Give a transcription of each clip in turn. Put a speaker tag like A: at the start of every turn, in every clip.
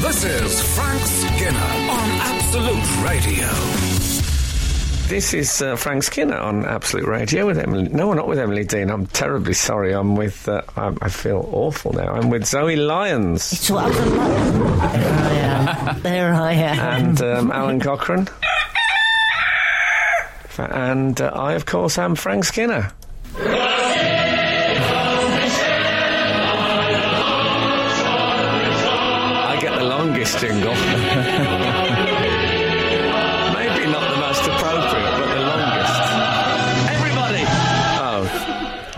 A: This is Frank Skinner on Absolute Radio.
B: This is uh, Frank Skinner on Absolute Radio with Emily. No, not with Emily Dean. I'm terribly sorry. I'm with. Uh, I, I feel awful now. I'm with Zoe Lyons
C: It's what I'm There I am. There I am.
B: and um, Alan Cochrane. Fa- And uh, I, of course, am Frank Skinner. I get the longest jingle. Maybe not the most appropriate, but the longest. Everybody!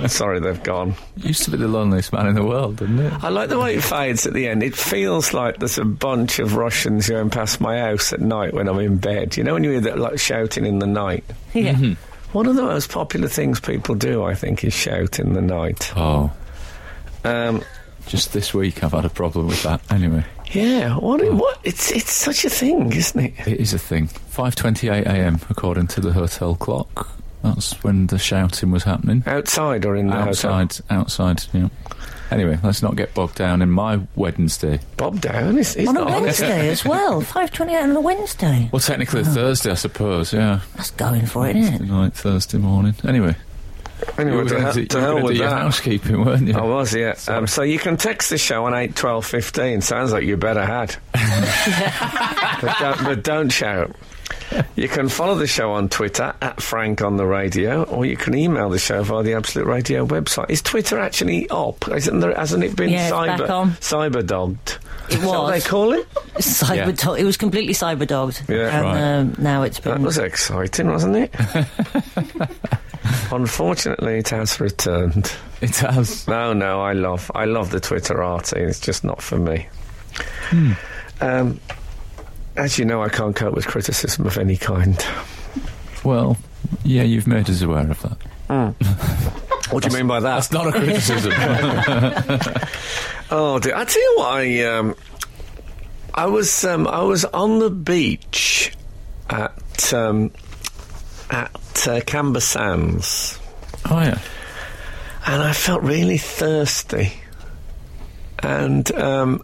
B: Oh, sorry, they've gone.
D: Used to be the loneliest man in the world, didn't it?
B: I like the way it fades at the end. It feels like there's a bunch of Russians going past my house at night when I'm in bed. You know when you hear that like shouting in the night.
C: Yeah.
B: One of the most popular things people do, I think, is shout in the night.
D: Oh,
B: Um,
D: just this week I've had a problem with that. Anyway,
B: yeah, what? What? It's it's such a thing, isn't it?
D: it is a thing. 5:28 a.m. according to the hotel clock. That's when the shouting was happening.
B: Outside or in the hotel?
D: outside, outside. Yeah. Anyway, let's not get bogged down in my Wednesday.
B: Bob Down is he's
C: On a
B: not on it.
C: Wednesday as well. 5.28 on a Wednesday.
D: Well,
B: Oh.
D: technically Thursday, I suppose. Yeah,
C: That's going for it, isn't it?
D: like Thursday morning. Anyway, you
B: Anyway,
D: were
B: to,
D: going
B: hell-
D: to,
B: to
D: you were
B: hell
D: gonna do
B: with
D: your
B: that.
D: housekeeping, weren't you?
B: I was, yeah. Um, so you can text the show on eight twelve fifteen. Sounds like you better had. but, don't, but don't shout. You can follow the show on Twitter at Frank on the Radio, or you can email the show via the Absolute Radio website. Is Twitter actually up? Isn't there? Hasn't it been
C: Yeah, it's
B: cyber
C: back on.
B: cyber dogged?
C: It
B: What they
C: was.
B: call it?
C: Cyber dog It was completely cyber dogged.
B: Yeah.
C: and
D: Right.
C: um, now it's
B: That
C: been...
B: was exciting, wasn't it? Unfortunately, it has returned.
D: It has.
B: No, no, I love I love the Twitter art. It's just not for me.
D: Hmm.
B: Um, as you know, I can't cope with criticism of any kind.
D: Well, yeah, you've made us aware of that.
B: What do you mean by that?
D: That's not a criticism.
B: Oh, dear. I tell you what, I um, I was um, I was on the beach at um, at uh, Camber Sands,
D: oh yeah.
B: and I felt really thirsty. And um,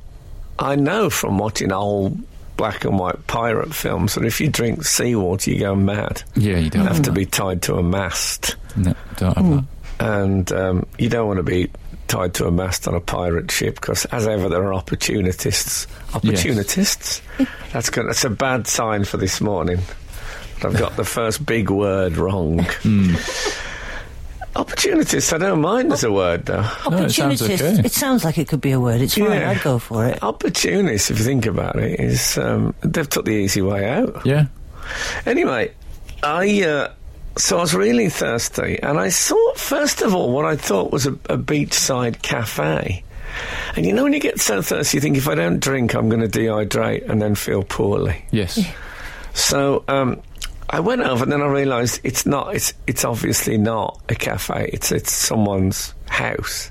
B: I know from watching old black and white pirate films that if you drink seawater, you go mad.
D: Yeah, you don't
B: have to
D: that.
B: be Hmm. tied to a mast,
D: No, don't have
B: and um, you don't want to be tied to a mast on a pirate ship because, as ever, there are opportunists. Opportunists. That's good. That's a bad sign for this morning. I've got the first big word wrong. Opportunists. I don't mind as a word though.
D: No, it sounds
C: Opportunities.
D: okay.
C: It sounds like it could be a word. It's fine.
B: Yeah.
C: I'd go for it.
B: Opportunists, if you think about it, is um, they've took the easy way out.
D: that. Yeah.
B: Anyway, I uh, so I was really thirsty, and I saw first of all what I thought was a, a beachside cafe. And you know when you get so thirsty, you think if I don't drink, I'm going to dehydrate and then feel poorly.
D: Yes.
B: So um, I went over, and then I realised it's not. It's it's obviously not a cafe. It's it's someone's house.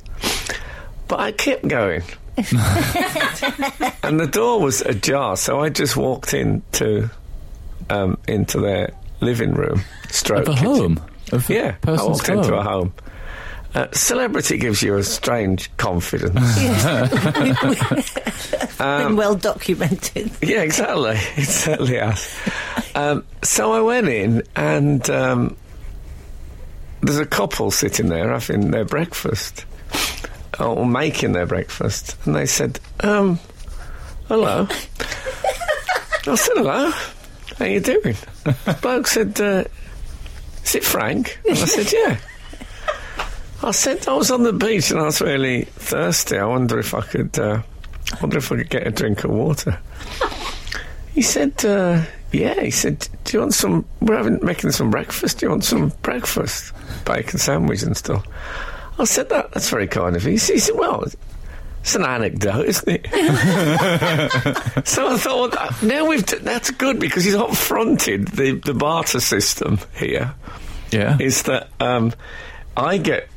B: But I kept going, and the door was ajar. So I just walked into um, into their living room, stroke
D: Of a
B: kitchen.
D: home. Of a
B: Yeah, Oh, I
D: person's
B: walked into a
D: home.
B: home. Uh, celebrity gives you a strange confidence. Um,
C: been well documented.
B: Yeah, exactly. It certainly has. Um, so I went in, and um, there's a couple sitting there having their breakfast, or making their breakfast, and they said, um, "Hello." I said, "Hello. How you doing?" The bloke said, uh, "Is it Frank?" And I said, "Yeah." I said I was on the beach and I was really thirsty. I wonder if I could, uh, wonder if I could get a drink of water. He said, uh, "Yeah." He said, "Do you want some? We're having making some breakfast. Do you want some breakfast, bacon sandwich and stuff?" I said, "That that's very kind of you." He said- he said, "Well." It's an anecdote, isn't it? so I thought, well, that- now we've t- that's good because he's not fronted the, the barter system here
D: Yeah.
B: is that um, I get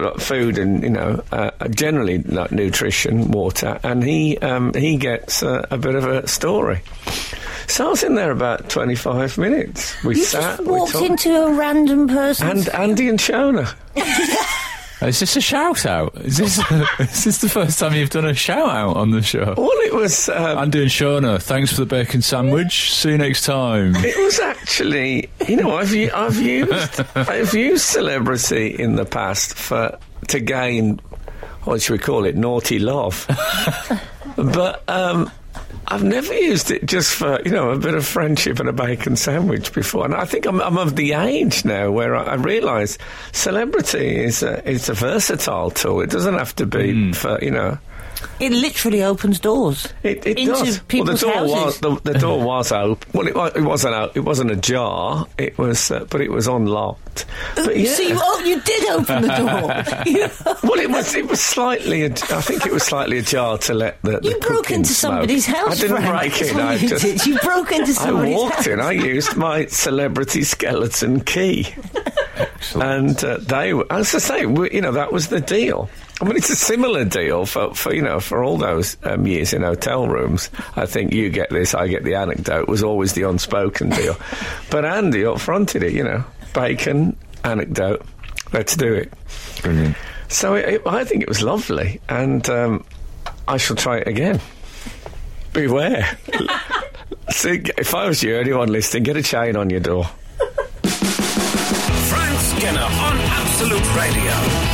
B: like, food and you know uh, generally like nutrition, water, and he um, he gets uh, a bit of a story. So I was in there about twenty five minutes. We
C: You
B: sat,
C: just
B: we
C: walked
B: talked,
C: into a random person.
B: and Andy and Shona.
D: Is this a shout out? Is this,
B: Oh.
D: is this the first time you've done a shout out on the show?
B: Well, it was. Um,
D: Andy and Shona, thanks for the bacon sandwich. See you next time.
B: It was actually, you know, I've u- I've used I've used celebrity in the past for to gain what should we call it naughty love, but um, I've never used it just for you know a bit of friendship and a bacon sandwich before. And I think I'm, I'm of the age now where I, I realise celebrity is a, it's a versatile tool. It doesn't have to be for you know.
C: It literally opens doors.
B: It, it
C: Into
B: does.
C: people's
B: well, the door was
C: houses.
B: the, the door was open. Well, it, wa- it wasn't out. It wasn't ajar. It was, uh, but it was unlocked. But yeah.
C: So you, oh, you did open the door. you
B: well, it was. It was slightly. aj- I think it was slightly ajar to let the. the
C: you broke
B: cooking
C: into
B: smoke.
C: somebody's house.
B: I didn't
C: Frank.
B: break
C: That's
B: in.
C: what
B: I
C: you,
B: just.
C: did. you broke into
B: I
C: somebody's
B: walked
C: house.
B: in. I used my celebrity skeleton key, and uh, they. were- As I say, we, you know, that was the deal. I mean, it's a similar deal for, for you know for all those um, years in hotel rooms. I think you get this, I get the anecdote. Was always the unspoken deal, but Andy up fronted it. You know, bacon anecdote. Let's do it.
D: Brilliant.
B: So it, it, I think it was lovely, and um, I shall try it again. Beware. See, if I was you, anyone listening, get a chain on your door.
A: Frank Skinner on Absolute Radio.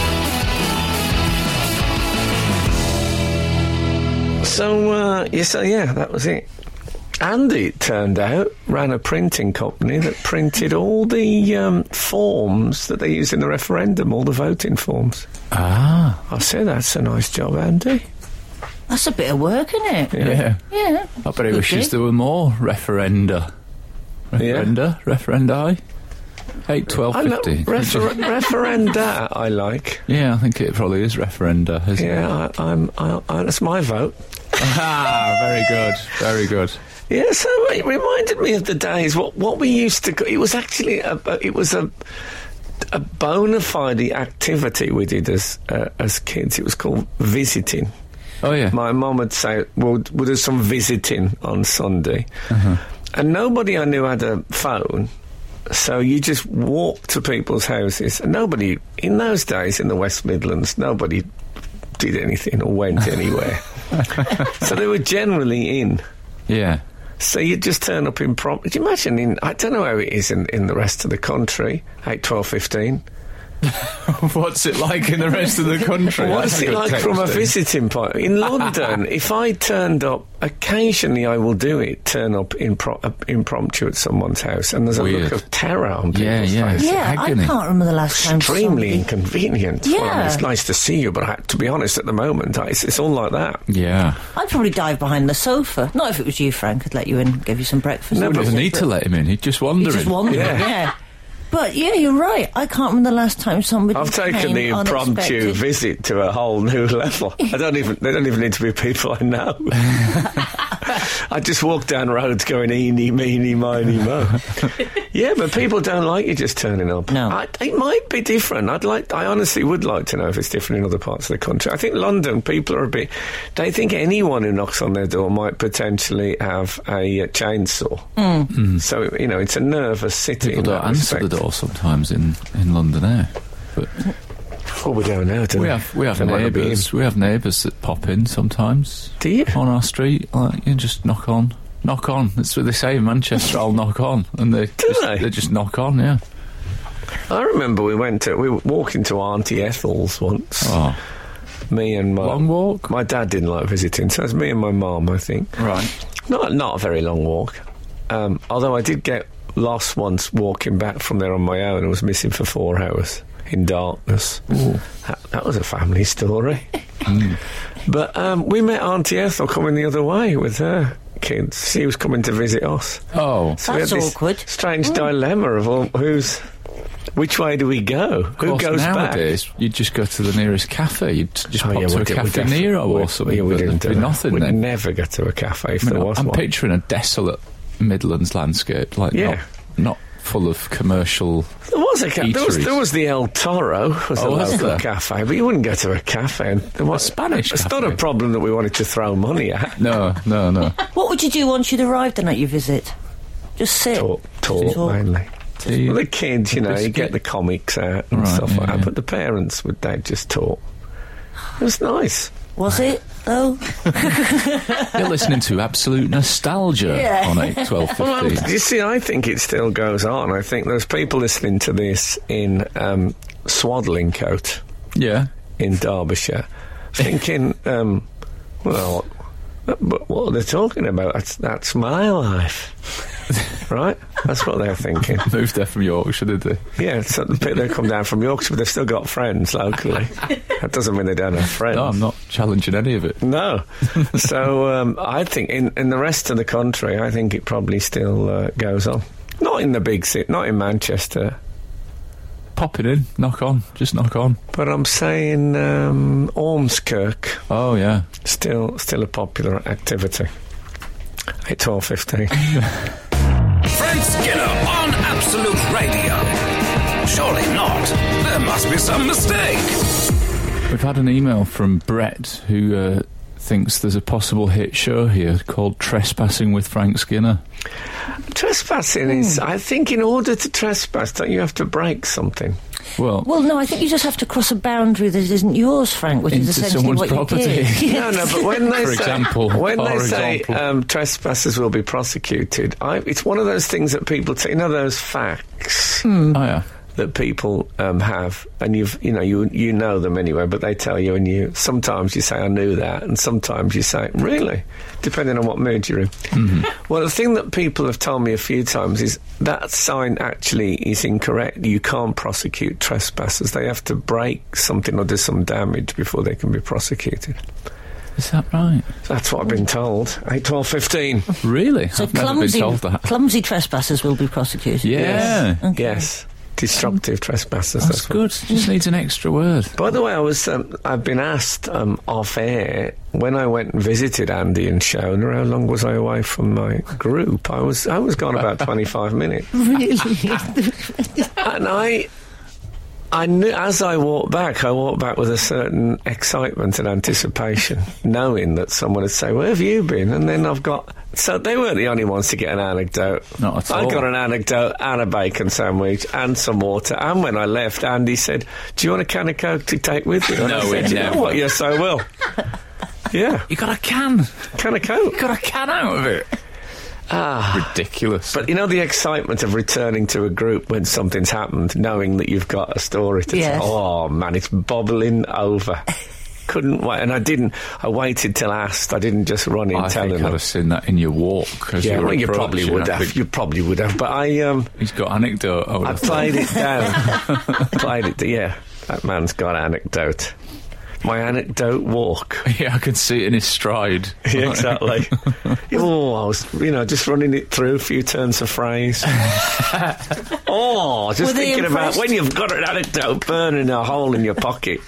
B: So, uh, you say, yeah, that was it. Andy, it turned out, ran a printing company that printed all the um, forms that they used in the referendum, all the voting forms.
D: Ah,
B: I said, that's a nice job, Andy.
C: That's a bit of work, isn't it?
D: yeah.
C: Yeah.
D: I bet he
C: Good
D: wishes
C: gig.
D: there were more referenda. Referenda? Referendi? 8, 12,
B: I know,
D: 15.
B: refer- referenda, I like.
D: yeah, I think it probably is referenda, isn't it?
B: Yeah, I, I'm, I, I, that's my vote.
D: Ah, very good. Very good.
B: Yeah, so it reminded me of the days what what we used to. go- It was actually a, a- it was a a bona fide activity we did as uh, as kids. It was called visiting.
D: Oh, yeah.
B: My mum would say, "Well, we'll do some visiting on Sunday," and nobody I knew had a phone. So you just walked to people's houses, and nobody in those days in the West Midlands, nobody did anything or went anywhere. so they were generally in.
D: yeah.
B: So you just turn up impromptu. Do you imagine in, I don't know how it is in, in the rest of the country, 8, 12, 15.
D: What's it like in the rest of the country?
B: What
D: That's
B: is
D: a
B: it
D: good
B: like from a
D: text, eh?
B: visiting point? In London, if I turned up, occasionally I will do it, turn up impro- uh, impromptu at someone's house, and there's a
D: Weird.
B: look of terror on people's
D: Yeah, yeah.
B: faces.
C: Yeah,
D: Agony.
C: I can't remember the last time.
B: Extremely
C: somebody-
B: inconvenient. Well, I mean,
C: Yeah.
B: it's nice to see you, but I, to be honest, at the moment, I, it's, it's all like that.
D: Yeah.
C: I'd probably dive behind the sofa. Not if it was you, Frank. I'd let you in, give you some breakfast.
B: No,
D: Wouldn't
B: but-
D: even need to let him in. He'd just wander
C: You just
D: in.
C: wandering,
B: Yeah.
C: yeah. But yeah, you're right. I can't remember the last time somebody.
B: I've taken the
C: came
B: impromptu
C: unexpected.
B: visit to a whole new level. I don't even they don't even need to be people I know. I just walk down roads going eeny, meeny, miny, mo. yeah, but people don't like you just turning up.
C: No.
B: I, it might be different. I'd like. I honestly would like to know if it's different in other parts of the country. I think London people are a bit. They think anyone who knocks on their door might potentially have a, uh chainsaw.
C: Hmm.
B: So you know, it's a nervous city.
D: Hmm. People
B: in
D: don't
B: that
D: answer the
B: respect.
D: door sometimes in, in London Air. But
B: Well, we don't know. Do
D: we have we have
B: They might not be in.
D: neighbours. We have neighbours that pop in sometimes
B: Do you?
D: on our street. Like you just knock on, knock on. That's what they say in Manchester. I'll knock on, and they just,
B: they?
D: just knock on. Yeah.
B: I remember we went to we were walking to Auntie Ethel's once.
D: Oh,
B: Me and my
D: long walk.
B: my dad didn't like visiting, so it was me and my mum. I think
D: Right.
B: not not a very long walk. Um, although I did get lost once walking back from there on my own. and was missing for four hours in darkness. That, that was a family story. but um, we met Auntie Ethel coming the other way with her kids. She was coming to visit us.
D: Oh,
B: So we
C: That's
B: had this
C: awkward. Hmm.
B: Strange dilemma of all, who's. Which way do we go? Who
D: Of course,
B: goes Oh,
D: nowadays, you'd just go to the nearest cafe. You'd just
B: back?
D: pop to a cafe near or something.
B: Yeah, we
D: but
B: didn't
D: there'd
B: do
D: be
B: that.
D: nothing
B: We'd
D: then.
B: never go to a cafe if
D: I
B: there
D: mean,
B: was
D: I'm
B: one.
D: picturing a desolate Midlands landscape, like
B: Yeah.
D: not, not full of commercial.
B: there was a cafe. There was,
D: Eateries.
B: there was the El Toro was a
D: Oh, was
B: local
D: there?
B: cafe, but you wouldn't go to a cafe. And there was
D: Spanish
B: It's not
D: cafe.
B: a problem that we wanted to throw money at.
D: No, no, no.
C: What would you do once you'd arrived and at your visit? Just sit.
B: Talk, talk
C: Talk.
B: mainly.
D: tea.
B: Well, the kids, you know, you get
D: Biscuit.
B: the comics out and
D: Right,
B: stuff
D: yeah,
B: like that.
D: yeah.
B: But the parents would they just talk? It was nice.
C: Was it though?
D: You're listening to Absolute Nostalgia
C: Yeah.
D: on 8, 12,
B: Well,
D: 15.
B: you see, I think it still goes on. I think there's people listening to this in um, Swaddling Coat
D: yeah.
B: in Derbyshire, thinking, um, well, but what are they talking about? That's, that's my life, right? That's what they're thinking.
D: Moved there from Yorkshire, did they?
B: Yeah, so the people who come down from Yorkshire, but they've still got friends locally. That doesn't mean they don't have friends.
D: No, I'm not challenging any of it.
B: No. so um, I think in, in the rest of the country, I think it probably still uh, goes on. Not in the big city, not in Manchester,
D: Popping in, knock on, just knock on.
B: but I'm saying um, Ormskirk
D: Oh, yeah.
B: still still a popular activity. Eight twelve fifteen.
A: Frank Skinner on Absolute Radio. Surely not. There must be some mistake.
D: We've had an email from Brett who uh, thinks there's a possible hit show here called Trespassing with Frank Skinner.
B: Trespassing
D: Hmm.
B: is, I think, in order to trespass, don't you have to break something?
D: Well,
C: Well, no, I think you just have to cross a boundary that isn't yours, Frank, which
D: Into
C: is essentially
D: someone's
C: what
D: property.
C: you did.
B: No, no, but when they
D: For
B: say,
D: example,
B: when
D: for
B: they say
D: example.
B: um, trespassers will be prosecuted, I, it's one of those things that people, t- you know, those facts
D: oh, yeah.
B: that people um, have, and you've, you know, you you know them anyway, but they tell you, and you sometimes you say, "I knew that," and sometimes you say, "Really," depending on what mood you're in.
D: Mm-hmm.
B: Well, the thing that people have told me a few times is that sign actually is incorrect. You can't prosecute trespassers; they have to break something or do some damage before they can be prosecuted.
D: Is that right?
B: That's what I've been told. 8, 12, 15.
D: Really?
C: So
D: I've never been
C: clumsy,
D: told that.
C: clumsy trespassers will be prosecuted.
D: Yeah.
B: Yes. Destructive trespassers.
D: That's
B: what-
D: good. Just needs an extra word.
B: By the way, I was, um, I've been asked um, off air when I went and visited Andy and Shona, how long was I away from my group? I was, I was gone about 25 minutes.
C: Really?
B: And I, I knew as I walked back, I walked back with a certain excitement and anticipation, knowing that someone would say, "Where have you been?" And then I've got. So they weren't the only ones to get an anecdote.
D: Not at
B: I
D: all.
B: got an anecdote and a bacon sandwich and some water. And when I left, Andy said, "Do you want a can of coke to take with you?" And I
D: No,
B: said,
D: we
B: "You know
D: never."
B: what? Yes, I will. yeah,
D: You got a can.
B: can of coke.
D: Got a can out of it. Ah. Ridiculous.
B: But you know the excitement of returning to a group when something's happened, knowing that you've got a story to
C: Yes.
B: tell. Oh man, it's bubbling over. Couldn't wait, and I didn't. I waited till asked. I didn't just run in
D: I
B: telling
D: think I'd
B: them.
D: have seen that in your walk. As
B: yeah,
D: you, were
B: well, you
D: approaching.
B: probably would
D: I
B: have.
D: think
B: You probably would have. But I, um,
D: He's got anecdote. I would
B: I
D: have thought.
B: played it down. played it. Yeah, that man's got anecdote. My anecdote walk.
D: Yeah, I could see it in his stride.
B: Yeah, exactly. oh, I was, you know, just running it through a few turns of phrase. oh, just
C: Were they
B: thinking about
C: impressed?
B: when you've got an anecdote burning a hole in your pocket.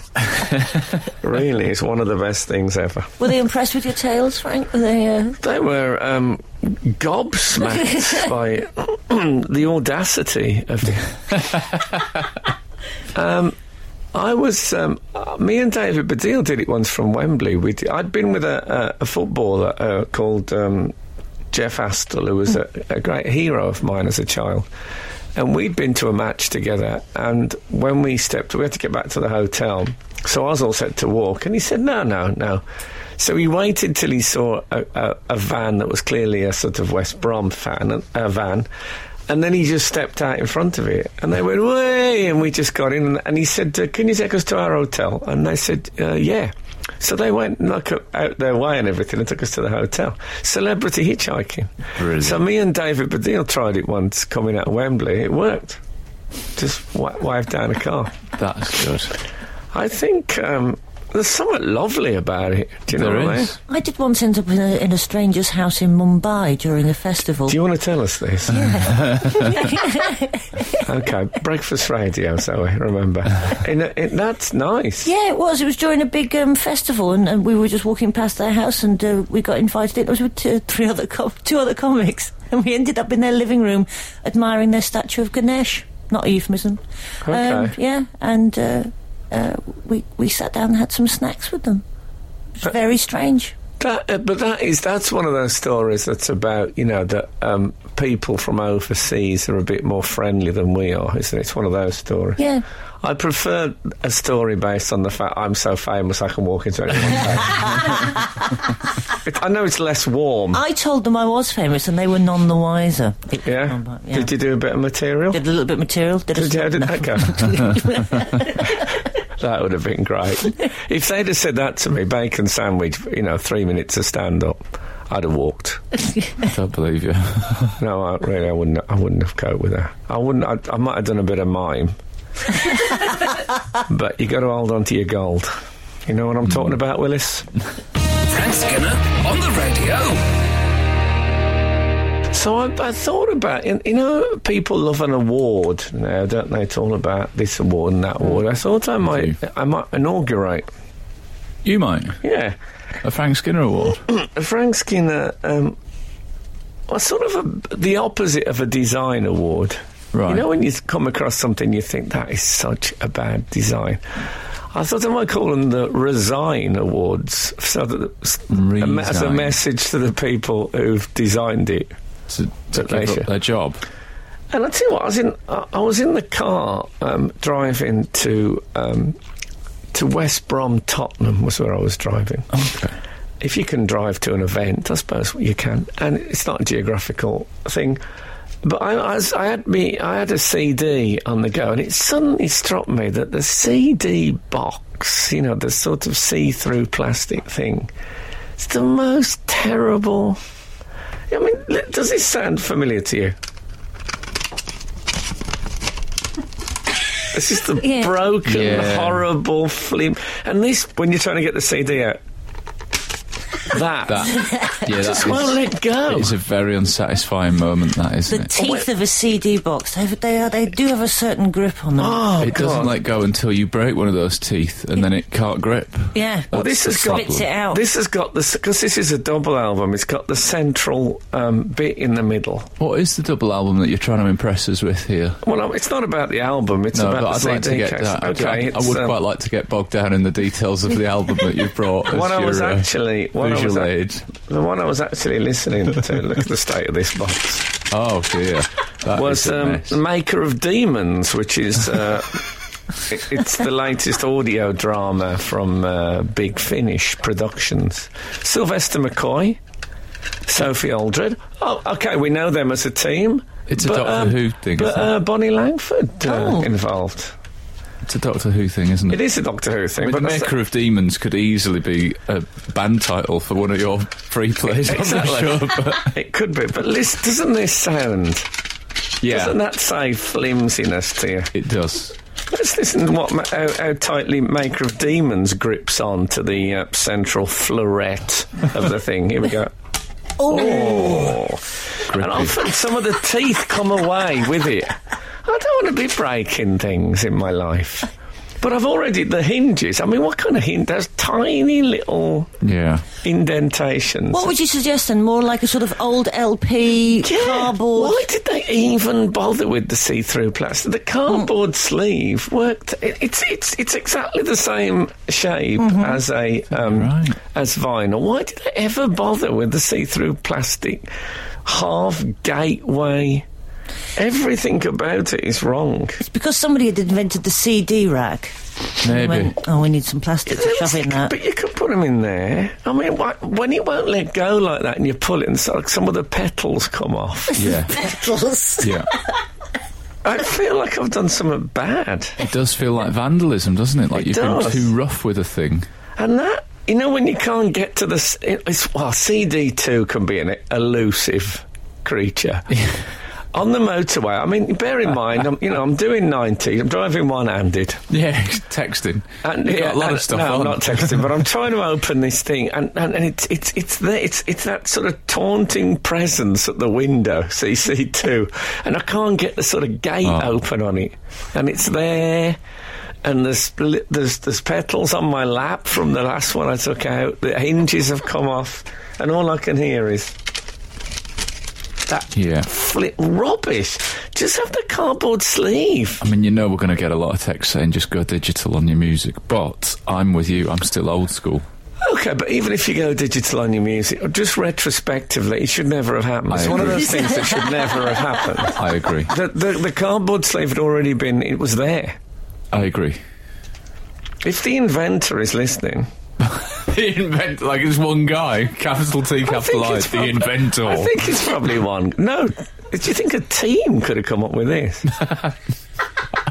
B: really, it's one of the best things ever.
C: Were they impressed with your tales, Frank? Were they? Uh...
B: They were um, gobsmacked by the audacity of the. um, I was, um, uh, me and David Baddiel did it once from Wembley. We did, I'd been with a, a, a footballer uh, called um, Jeff Astle, who was a, a great hero of mine as a child. And we'd been to a match together, and when we stepped, we had to get back to the hotel. So I was all set to walk, and he said, No, no, no. So he waited till he saw a, a, a van that was clearly a sort of West Brom fan, a van, and then he just stepped out in front of it, and they went, way, and we just got in. And, and he said, uh, Can you take us to our hotel? And they said, uh, Yeah. So they went and like, up- out their way and everything and took us to the hotel. Celebrity hitchhiking.
D: Brilliant.
B: So me and David Baddiel tried it once coming out of Wembley. It worked. Just w- waved down a car.
D: That's good.
B: I think um, there's somewhat lovely about it. Do you know
D: There
B: what I mean?
D: is.
C: I did once end up in a, in a stranger's house in Mumbai during a festival.
B: Do you want to tell us this?
C: yeah,
B: okay, breakfast radio, so I remember. In a, in, that's nice.
C: it was. It was during a big um, festival, and, and we were just walking past their house, and uh, we got invited. in. It was with two, three other com- two other comics, and we ended up in their living room admiring their statue of Ganesh. Not a euphemism. Um,
B: Okay.
C: yeah, and
B: Uh,
C: uh, uh, we we sat down and had some snacks with them. It was very strange.
B: That, uh, but that is that's one of those stories that's about you know that um, people from overseas are a bit more friendly than we are, isn't it? It's one of those stories.
C: Yeah.
B: I prefer a story based on the fact I'm so famous I can walk into anyone's house. It- I know it's less warm.
C: I told them I was famous and they were none the wiser. It-
B: yeah? Did you do a bit of material?
C: Oh, Did a little bit of material. Did, a
B: Did you, how did
C: No.
B: that go? that would have been great. If they'd have said that to me, bacon sandwich, you know, three minutes of stand up, I'd have walked.
D: I don't believe you.
B: No, I, really, I wouldn't. I wouldn't have coped with that. I wouldn't. I, I might have done a bit of mime, but you got to hold on to your gold. You know what I'm talking about, Willis?
A: Frank Skinner on the radio.
B: So I, I thought about, you you know, people love an award now, don't they? It's all about this award and that award. I thought I might, I might inaugurate,
D: You might.
B: yeah,
D: A Frank Skinner Award.
B: a Frank Skinner, um, well, sort of a, the opposite of a design award.
D: Right.
B: You know, when you come across something, you think that is such a bad design. I thought I might call them the Resign Awards, so that s- a me- as a
D: Resign.
B: message to the people who've designed it.
D: to, to
B: But they
D: give
B: should.
D: up their job.
B: And I tell you what, I was in, I I was in the car um, driving to um, to West Brom, Tottenham was where I was driving.
D: Okay.
B: If you can drive to an event, I suppose you can, and it's not a geographical thing. But I, I, was, I had me, I had a CD on the go, and it suddenly struck me that the CD box, you know, the sort of see-through plastic thing, it's the most terrible. I mean, li- does this sound familiar to you? This is the
C: Yeah.
B: broken,
D: Yeah.
B: horrible flim. And this, when you're trying to get the CD out, that,
D: That. Yeah, that
B: just won't
D: is,
B: let go.
D: it is a very unsatisfying moment, that,
C: The
D: isn't it?
C: teeth of a CD box. They, they, are, they do have a certain grip on them.
B: oh,
D: it
B: God.
D: doesn't let go until you break one of those teeth, and then it can't grip.
C: yeah.
B: Well, this has got
C: Spits it out.
B: this has got the because this is a double album. It's got the central um, bit in the middle.
D: What is the double album that you're trying to impress us with here?
B: Well, um, it's not about the album. It's
D: No,
B: about
D: but
B: the
D: I'd
B: CD
D: like to get
B: case.
D: that. I'd-
B: Okay,
D: I'd- I
B: it's,
D: would
B: um,
D: quite like to get bogged down in the details of the album that you brought as
B: What I
D: your
B: was
D: uh,
B: actually- what I was
D: visual
B: act-
D: aid.
B: the one I was actually listening to. look at the state of this box.
D: Oh dear, that
B: was
D: is a
B: um,
D: mess.
B: Maker of Demons, which is uh, it- it's the latest audio drama from uh, Big Finish Productions. Sylvester McCoy, Sophie Aldred. Oh, okay, we know them as a team. um,
D: It's a Doctor Who thing,
B: But
D: isn't it?
B: uh, Bonnie Langford uh,
C: Oh.
B: involved.
D: it's a Doctor Who thing, isn't
B: It
D: it?
B: is a Doctor Who thing,
D: I mean,
B: but
D: the
B: that's-
D: Maker of Demons could easily be a band title for one of your free plays. I'm not
B: Exactly.
D: sure, but
B: it could be. But listen, doesn't this sound? Doesn't
D: yeah,
B: that say flimsiness to you?
D: it does.
B: Let's listen to what ma- how, how tightly Maker of Demons grips on to the uh, central floret of the thing. Here we go. Oh, and
D: Grippy.
B: often some of the teeth come away with it. I don't want to be breaking things in my life, but I've already the hinges. I mean, what kind of hinge? Those tiny little
D: Yeah,
B: indentations.
C: What would you suggest then? More like a sort of old LP
B: Yeah,
C: cardboard.
B: Why did they even bother with the see-through plastic? The
C: Mm.
B: cardboard sleeve worked. it- It's it's it's exactly the same shape
C: Mm-hmm.
B: as a um,
D: right.
B: as vinyl. Why did they ever bother with the see-through plastic half gateway? Everything about it is wrong.
C: It's because somebody had invented the CD rack. They
D: maybe.
C: went, oh, we need some plastic to shove in that.
B: But you could put them in there. I mean, why, when it won't let go like that, and you pull it, and so, some of the petals come off.
D: Yeah,
C: Oh, Petals.
D: yeah.
B: I feel like I've done something bad.
D: It does feel like vandalism, doesn't it? Like
B: It
D: you've
B: does.
D: been too rough with a thing.
B: And that, you know, when you can't get to the. s- It's, well, CD2 can be an elusive creature. On the motorway, I mean, bear in mind, I'm, you know, I'm doing 90, I'm driving one handed.
D: Yeah, texting.
B: And,
D: You've got a lot
B: and-
D: of stuff
B: Uh, no,
D: on.
B: I'm not texting, but I'm trying to open this thing, and, and, and it's, it's, it's, there, it's, it's that sort of taunting presence at the window, CC2, and I can't get the sort of gate
D: Oh.
B: open on it. And it's there, and there's, li- there's, there's petals on my lap from the last one I took out, the hinges have come off, and all I can hear is that
D: Yeah.
B: flip rubbish. Just have the cardboard sleeve.
D: I mean, you know, we're going to get a lot of text saying just go digital on your music, but I'm with you. I'm still old school.
B: Okay, but even if you go digital on your music, or just retrospectively, it should never have happened. It's
D: I
B: one of
D: agree.
B: those things that should never have happened.
D: I agree.
B: The, the, the cardboard sleeve had already been, it was there.
D: I agree.
B: If the inventor is listening,
D: The invent like it's one guy, capital T,
B: I think
D: capital I,
B: it's
D: the
B: prob-
D: inventor.
B: I think it's probably one. No, do you think a team could have come up with this?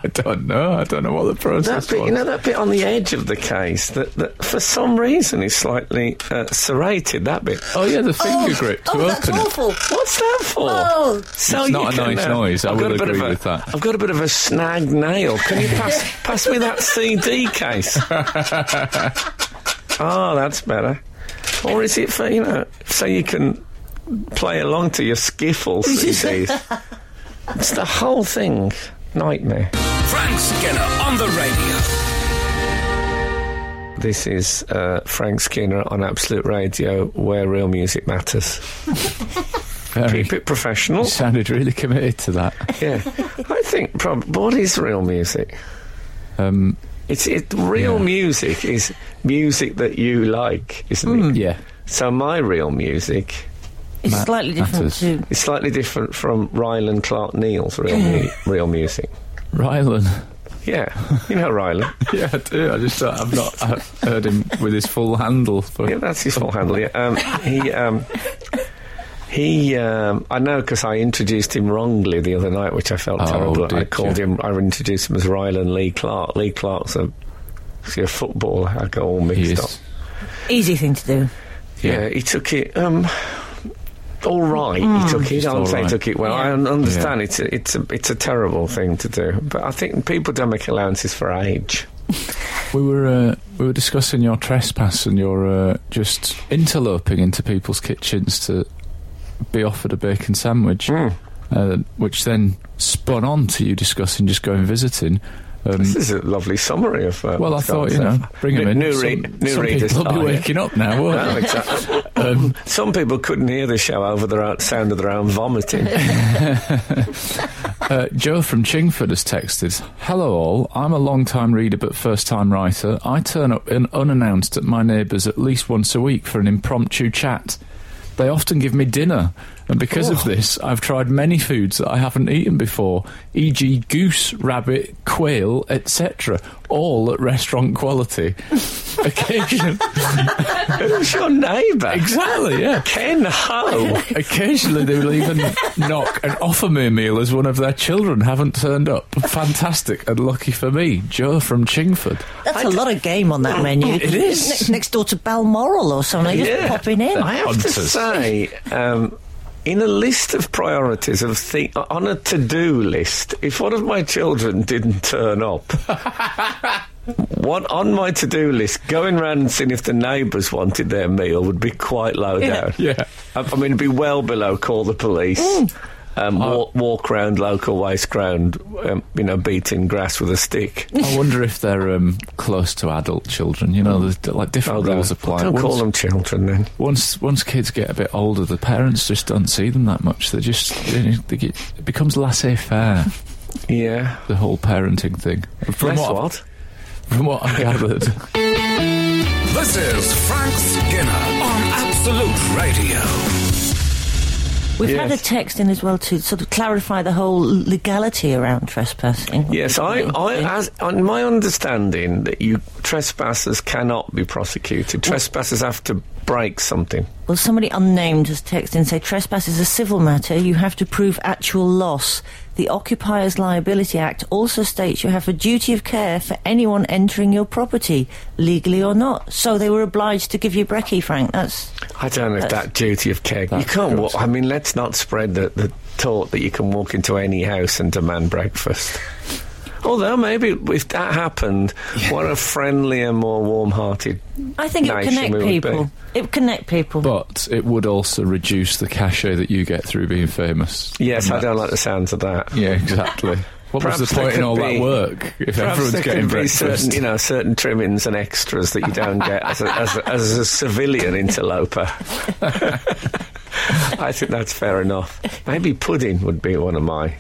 D: I don't know. I don't know what the
B: That
D: process
B: bit, you
D: was.
B: know, that bit on the edge of the case that, that for some reason is slightly uh, serrated. That bit.
D: Oh yeah, the finger
C: oh,
D: grip to
C: oh, that's
D: open it.
C: awful.
B: What's that for?
C: Oh.
B: So
D: It's not
B: you
D: a
B: can, uh,
D: nice noise, I
B: I've got
D: will
B: a bit
D: agree
B: of a-
D: with that.
B: I've got a bit of a snag nail. Can you pass pass me that CD case? oh, that's better. Or is it for you know so you can play along to your skiffle CDs? it's the whole thing nightmare.
A: Frank Skinner on the radio.
B: This is uh, Frank Skinner on Absolute Radio, where real music matters.
D: Very.
B: Keep it professional.
D: you sounded really committed to that.
B: Yeah, I think. Prob- what is real music?
D: Um,
B: It's it. Real
D: Yeah.
B: music is music that you like, isn't it?
D: Mm, yeah,
B: So my real music
C: It's
D: Matt
C: slightly different
D: matters.
C: to
B: is slightly different from Ryland Clark Neal's real mu- real music.
D: Rylan.
B: Yeah, you know Ryland.
D: Yeah, I do. I just uh, I've not uh, heard him with his full handle. But
B: Yeah, that's his full handle. Yeah. Um, he. Um, he, um, I know because I introduced him wrongly the other night, which I felt
D: Oh,
B: terrible. at. I
D: did
B: called
D: you?
B: him, I introduced him as Ryland Lee Clark. Lee Clark's a, he's a footballer. I got all
D: he
B: mixed up.
D: is.
C: easy thing to do.
B: Yeah,
D: Yeah.
B: he took it. Um, all right, he took it. I
D: Hmm. all
B: don't say he
D: right.
B: took it well. I un- understand it's a, it's a, it's a terrible thing to do, but I think people don't make allowances for age.
D: We were uh, we were discussing your trespass and your uh, just interloping into people's kitchens to be offered a bacon sandwich,
B: Hmm.
D: uh, which then spun on to you discussing just going visiting. Um,
B: This is a lovely summary of. Uh,
D: well, I
B: what's
D: thought
B: going
D: you
B: on.
D: know, bring him
B: New-
D: in.
B: New,
D: some,
B: read, new
D: some
B: readers.
D: people will
B: Oh,
D: be
B: yeah.
D: waking up now, won't
B: No,
D: they?
B: exactly.
D: Um,
B: Some people couldn't hear the show over the out- sound of their own vomiting.
D: Uh, Joe from Chingford has texted, Hello all, I'm a long time reader but first time writer. I turn up in unannounced at my neighbours at least once a week for an impromptu chat. They often give me dinner, and because of this, I've tried many foods that I haven't eaten before, e.g., goose, rabbit, quail, etc., all at restaurant quality. Occasion-
B: Who's your neighbour?
D: exactly, yeah.
B: Ken Ho.
D: Occasionally, they will even knock and offer me a meal as one of their children haven't turned up. Fantastic and lucky for me, Joe from Chingford.
C: That's a lot of game on
B: Oh,
C: that menu.
D: It is.
C: Next, next door to Balmoral or something. Just popping in.
B: I have to
D: Hunters.
B: say, um, in a list of priorities of thi- on a to-do list, if one of my children didn't turn up, what on my to-do list, going round and seeing if the neighbours wanted their meal would be quite low down.
D: Yeah.
B: I, I mean, it'd be well below call the police.
C: Mm.
B: Um,
D: Uh,
B: walk, walk round local waste ground, um, you know, beating grass with a stick.
D: I wonder if they're um, close to adult children. You know, there's d- like different
B: Although,
D: rules apply.
B: Don't
D: once,
B: call them children then.
D: once once kids get a bit older, the parents just don't see them that much. They just they, they get, it becomes laissez-faire.
B: Yeah.
D: The whole parenting thing. From
B: Guess
D: what,
B: what?
D: from what I gathered,
A: This is Frank Skinner on Absolute Radio.
C: We've had a
B: Yes.
C: text in as well to sort of clarify the whole legality around trespassing.
B: Yes, I,
C: Yeah.
B: I as, on my understanding that you trespassers cannot be prosecuted. Trespassers have to break something.
C: Well, somebody unnamed has texted and say trespass is a civil matter. You have to prove actual loss. The Occupier's Liability Act also states you have a duty of care for anyone entering your property, legally or not. So they were obliged to give you brekkie, Frank. That's
B: I don't know if
C: That's-
B: that duty of care. You
D: That's
B: can't.
D: good.
B: Walk, I mean, let's not spread the, the thought that you can walk into any house and demand breakfast. Although maybe if that happened, what a friendlier, more warm-hearted.
C: I think it would
B: Nation we
C: connect
B: would be.
C: people. It would connect people.
D: but it would also reduce the cachet that you get through being famous.
B: Yes,
D: And
B: I don't
D: that's-
B: like the sounds of that.
D: Yeah, exactly. What
B: Perhaps
D: was the point
B: there
D: in all
B: could
D: that
B: be-
D: work if
B: Perhaps
D: everyone's
B: there
D: getting
B: could be
D: breakfast?
B: certain, you know, certain trimmings and extras that you don't get as a, as a, as a civilian interloper. I think that's fair enough. Maybe pudding would be one of my.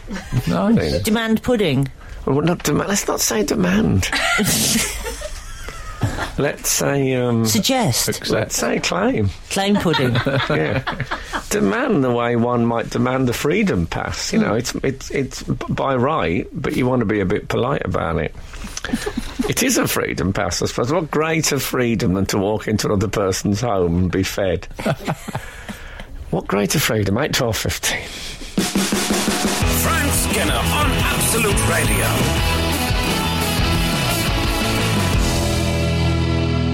D: nice.
C: Demand pudding.
B: Well, not demand. Let's not say demand. Let's say, um,
C: Suggest
B: let's say claim.
C: claim pudding.
B: Yeah. demand the way one might demand the freedom pass. You know, it's, it's, it's b- by right, but you want to be a bit polite about it. it is a freedom pass, I suppose. What greater freedom than to walk into another person's home and be fed? what greater freedom? 8, 12, 15.
A: Frank Skinner on Absolute Radio.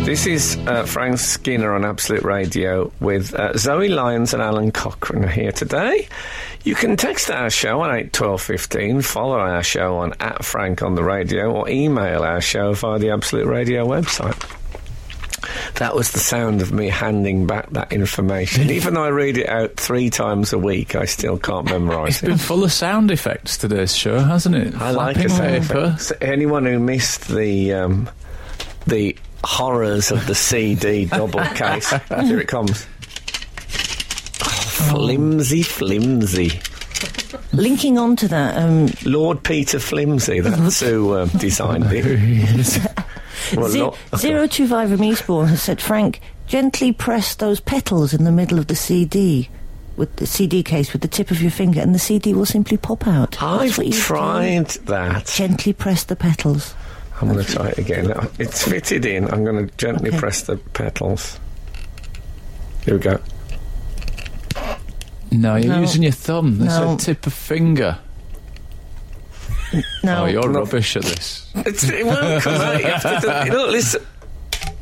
B: This is uh, Frank Skinner on Absolute Radio with uh, Zoe Lyons and Alan Cochrane are here today. You can text our show on 81215, follow our show on at Frank on the Radio, or email our show via the Absolute Radio website. That was the sound of me handing back that information. Even though I read it out three times a week, I still can't memorise
D: It's
B: it.
D: been full of sound effects today's show, hasn't it?
B: I like
D: Flapping
B: it.
D: paper.
B: So anyone who missed the um, the horrors of the CD double case, here it comes.
C: Oh.
B: Flimsy, flimsy.
C: Linking on to that, um,
B: Lord Peter Flimsy, that's who um, designed it. Well,
C: Ze-
B: not-
C: Zero Two Five from Eastbourne has said, Frank, gently press those petals in the middle of the CD with the CD case with the tip of your finger, and the CD will simply pop out. That's
B: I've
C: what you do.
B: tried that.
C: Gently press the petals.
B: I'm going to try it again. Uh, It's fitted in. I'm going to gently
C: Okay.
B: press the petals. Here we go.
D: No, you're
C: No.
D: using your thumb. There's
C: No.
D: a tip of finger.
C: No,
D: Oh, you're
B: No.
D: rubbish at this.
B: It's, it won't come out. You have to do, look, listen.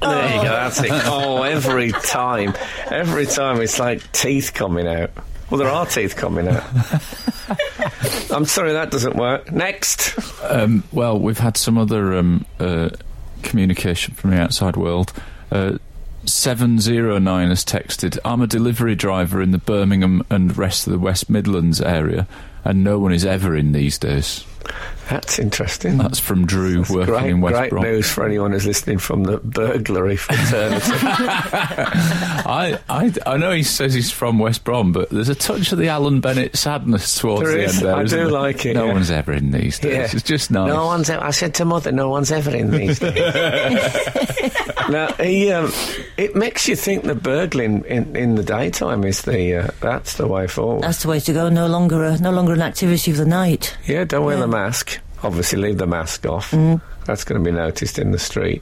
B: There you go, that's it. Oh, every time. Every time it's like teeth coming out. Well, there are teeth coming out. I'm sorry, that doesn't work. Next.
D: Um, well, we've had some other um, uh, communication from the outside world. Uh, 709 has texted I'm a delivery driver in the Birmingham and rest of the West Midlands area, and no one is ever in these days.
B: That's interesting.
D: That's from Drew working
B: Mm. great
D: in West
B: great
D: Brom.
B: news for anyone who's listening from the burglary fraternity.
D: I, I, I know he says he's from West Brom, but there's a touch of the Alan Bennett sadness towards
B: There
D: the
B: is.
D: end there.
B: I
D: isn't
B: do
D: there?
B: like it,
D: No
B: yeah.
D: one's ever in these days.
B: Yeah.
D: It's just nice.
B: No one's. Ever, I said to mother, no one's ever in these days. now he, um, it makes you think the burgling in, in the daytime is the uh, that's the way forward.
C: that's the way to go. No longer, a, no longer an activity of the night.
B: yeah, don't wear the mask. Obviously, leave the mask off. That's going to be noticed in the street.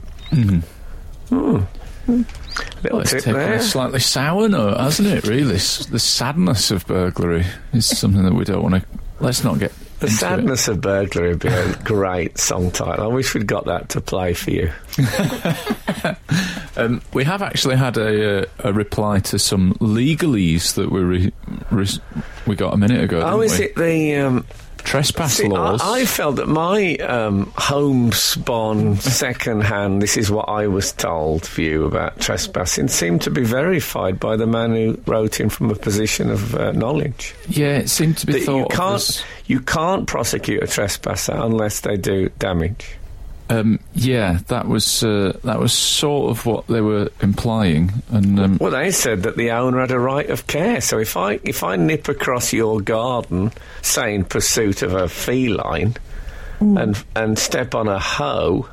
B: Mm. Little
D: Well, it's
B: tip
D: taken
B: there.
D: Mm-hmm. a slightly sour note, hasn't it? Really, S- the sadness of burglary is something that we don't want to. Let's not get
B: The
D: into
B: sadness of burglary would be a great song title. I wish we'd got that to play for you.
D: It. Um, we have actually had a, uh, a reply to some legalese that we re- re- we got a minute ago.
B: Oh,
D: didn't
B: is
D: we?
B: it the um,
D: trespass
B: See, I-
D: laws?
B: I, felt that my um, homespun, second-hand, this is what I was told view about trespassing seemed to be verified by the man who wrote in from a position of uh, knowledge.
D: yeah, it seemed to be
B: That
D: thought
B: you
D: of as-
B: can't, you can't prosecute a trespasser unless they do damage.
D: Um, yeah, that was uh, that was sort of what they were implying, and um,
B: Well, they said that the owner had a right of care. So if I if I nip across your garden, say in pursuit of a feline, and and step on a hoe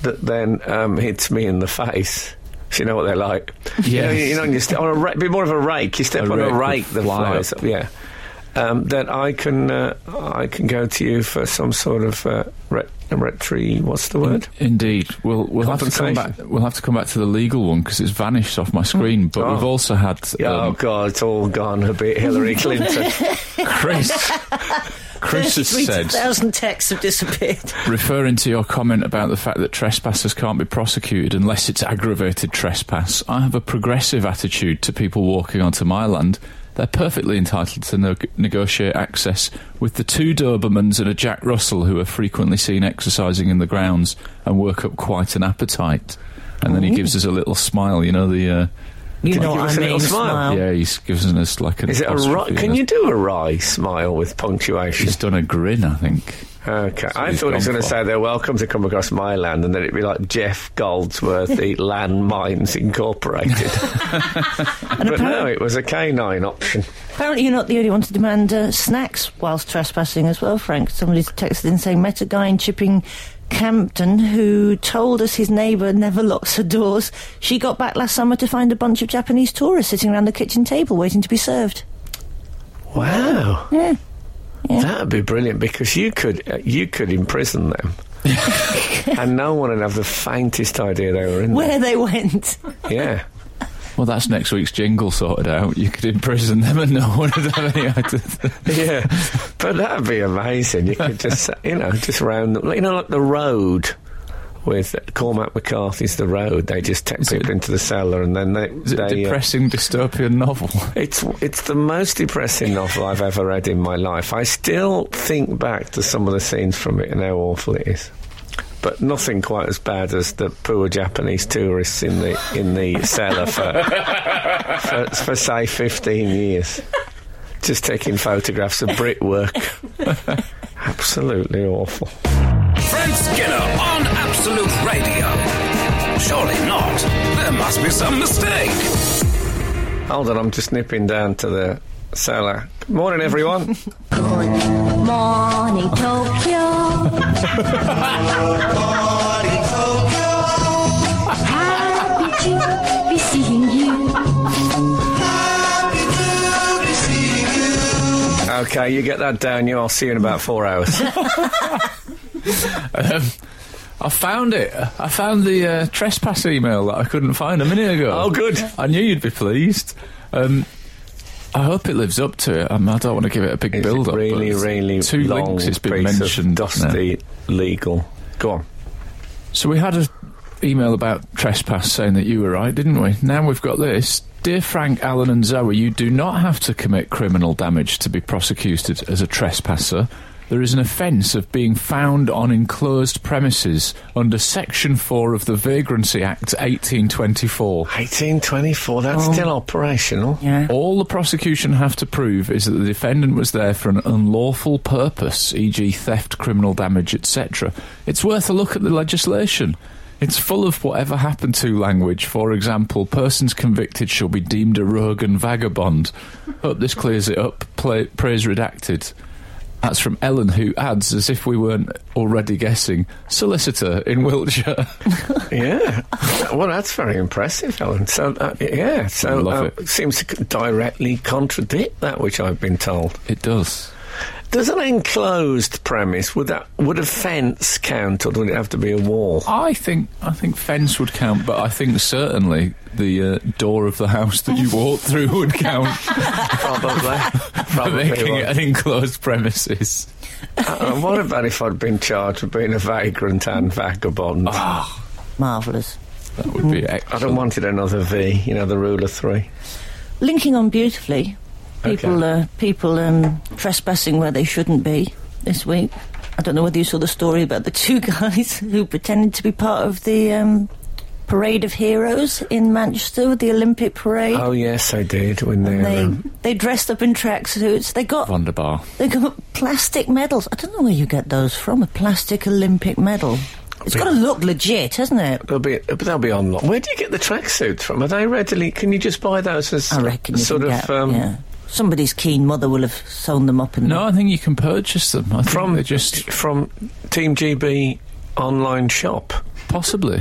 B: that then um, hits me in the face. So you know what they're like. You know,
D: Yes.
B: you know, and you step on a ra- bit more of a rake. You step
D: A
B: on
D: rake
B: a
D: would
B: rake that
D: fly
B: flies up. Yeah. Um, then I can uh, I can go to you for some sort of uh, ret- retrie. What's the word?
D: Indeed, we'll we'll have to come back.
B: Compensation.
D: We'll have to come back to the legal one because it's vanished off my screen. But
B: Oh.
D: we've also had
B: oh
D: um,
B: God, it's all gone a bit. Hillary Clinton.
D: Chris. Chris has said,
C: thousand texts have disappeared.
D: referring to your comment about the fact that trespassers can't be prosecuted unless it's aggravated trespass. I have a progressive attitude to people walking onto my land. They're perfectly entitled to neg negotiate access with the two Dobermans and a Jack Russell who are frequently seen exercising in the grounds and work up quite an appetite. And then he gives us a little smile, you know the. Uh,
C: You
B: Can
C: know
B: you give
C: what
B: us a
C: I
B: little
C: mean?
B: smile?
D: Yeah, he's given us like an.
B: Is it a
D: apostrophe
B: wry?
D: and
B: Can
D: a-
B: you do a wry smile with
D: He's
B: punctuation?
D: done a grin, I think.
B: Okay. I
D: he's
B: thought he was
D: gone
B: going to
D: for.
B: say they're welcome to come across my land, and then it'd be like Jeff Goldsworthy Land Mines Incorporated. but no, it was a canine option.
C: Apparently, you're not the only one to demand uh, snacks whilst trespassing as well, Frank. Somebody's texted in saying, met a guy in Chipping Campton who told us his neighbour never locks her doors. She got back last summer to find a bunch of Japanese tourists sitting around the kitchen table waiting to be served.
B: Wow,
C: Yeah.
B: that'd be brilliant because you could uh, you could imprison them, and no one would have the faintest idea they were in
C: Where they went.
B: there. Yeah.
D: Well, that's next week's jingle sorted out. You could imprison them and no one would have any idea.
B: Yeah, but that'd be amazing. You could just, you know, just round the, you know, like the road with Cormac McCarthy's The Road. They just take
D: it-
B: people into the cellar and then they.
D: Is it a
B: they, uh,
D: depressing dystopian novel?
B: it's it's the most depressing novel I've ever read in my life. I still think back to some of the scenes from it and how awful it is. But nothing quite as bad as the poor Japanese tourists in the in the cellar for, for for say fifteen years, just taking photographs of brickwork. Absolutely awful.
A: Frank Skinner on Absolute Radio. Surely not. There must be some mistake.
B: Hold on, I'm just nipping down to the cellar. Morning, everyone.
E: Morning Tokyo. Happy to be seeing you.
B: Okay, you get that down. You, I'll see you in about four hours.
D: Um, I found it. I found the uh, trespass email that I couldn't find a minute ago.
B: Oh, good.
D: I knew you'd be pleased. Um, I hope it lives up to it. Um, I don't want to give it a big
B: It's
D: build up.
B: Really, really
D: two
B: long
D: links it's been
B: piece
D: mentioned.
B: Of
D: now.
B: dusty legal. Go on.
D: So we had an email about trespass saying that you were right, didn't we? Now we've got this. Dear Frank, Alan, and Zoe, you do not have to commit criminal damage to be prosecuted as a trespasser. There is an offence of being found on enclosed premises under Section 4 of the Vagrancy Act 1824.
B: 1824. That's still operational.
C: Yeah.
D: All the prosecution have to prove is that the defendant was there for an unlawful purpose, e.g., theft, criminal damage, etc. It's worth a look at the legislation. It's full of whatever happened to language. For example, persons convicted shall be deemed a rogue and vagabond. Hope this clears it up. Play, praise redacted. That's from Ellen, who adds, as if we weren't already guessing, solicitor in Wiltshire.
B: Yeah. well, that's very impressive, Alan. So, uh, yeah. So,
D: I love
B: uh,
D: it.
B: it seems to c- directly contradict that which I've been told.
D: it does.
B: Does an enclosed premise would that would a fence count, or would it have to be a wall?
D: I think I think fence would count, but I think certainly the uh, door of the house that you walk through would count
B: Probably.
D: for
B: Probably
D: making
B: would.
D: it an enclosed premises.
B: And Uh, what about if I'd been charged with being a vagrant and vagabond? Ah.
C: Marvellous.
D: That would be
B: I
D: excellent.
B: don't wanted another V. You know, the rule of three.
C: Linking on beautifully, people, uh, people um, trespassing where they shouldn't be this week. I don't know whether you saw the story about the two guys who pretended to be part of the um, Parade of Heroes in Manchester, the Olympic Parade.
B: Oh yes, I did when they.
C: And
B: um,
C: they they dressed up in tracksuits. They got
D: Wonderbar.
C: they got plastic medals. I don't know where you get those from. A plastic Olympic medal. It's got to look legit, hasn't it?
B: They'll be, but they'll be on lot. Where do you get the tracksuits from? Are they readily? Can you just buy those as
C: I reckon. You
B: sort
C: can
B: of
C: get,
B: um,
C: yeah. Somebody's keen mother will have sewn them up in
D: No, I think you can purchase them. I think
B: from
D: they're just
B: from Team GB online shop?
D: possibly.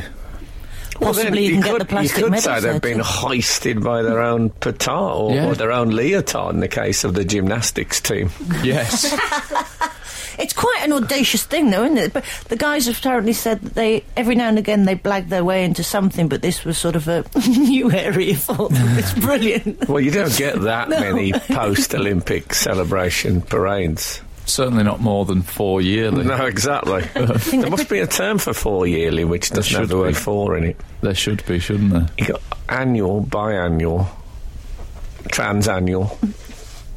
B: Well, then
C: Possibly you can get
B: could,
C: the plastic
B: You could
C: medals
B: say
C: there,
B: they've been
C: too.
B: hoisted by their own petard or,
D: Yeah.
B: or their own leotard in the case of the gymnastics team.
D: Yes.
C: It's quite an audacious thing, though, isn't it? But the guys have apparently said that they every now and again they blag their way into something, but this was sort of a new area for them. It's brilliant.
B: Well, you don't get that
C: No.
B: many post-Olympic celebration parades.
D: certainly not more than four yearly.
B: No, exactly. there must be a term for four yearly, which doesn't have
D: should
B: the word
D: be.
B: four in it.
D: There should be, shouldn't there?
B: You got annual, biannual, transannual.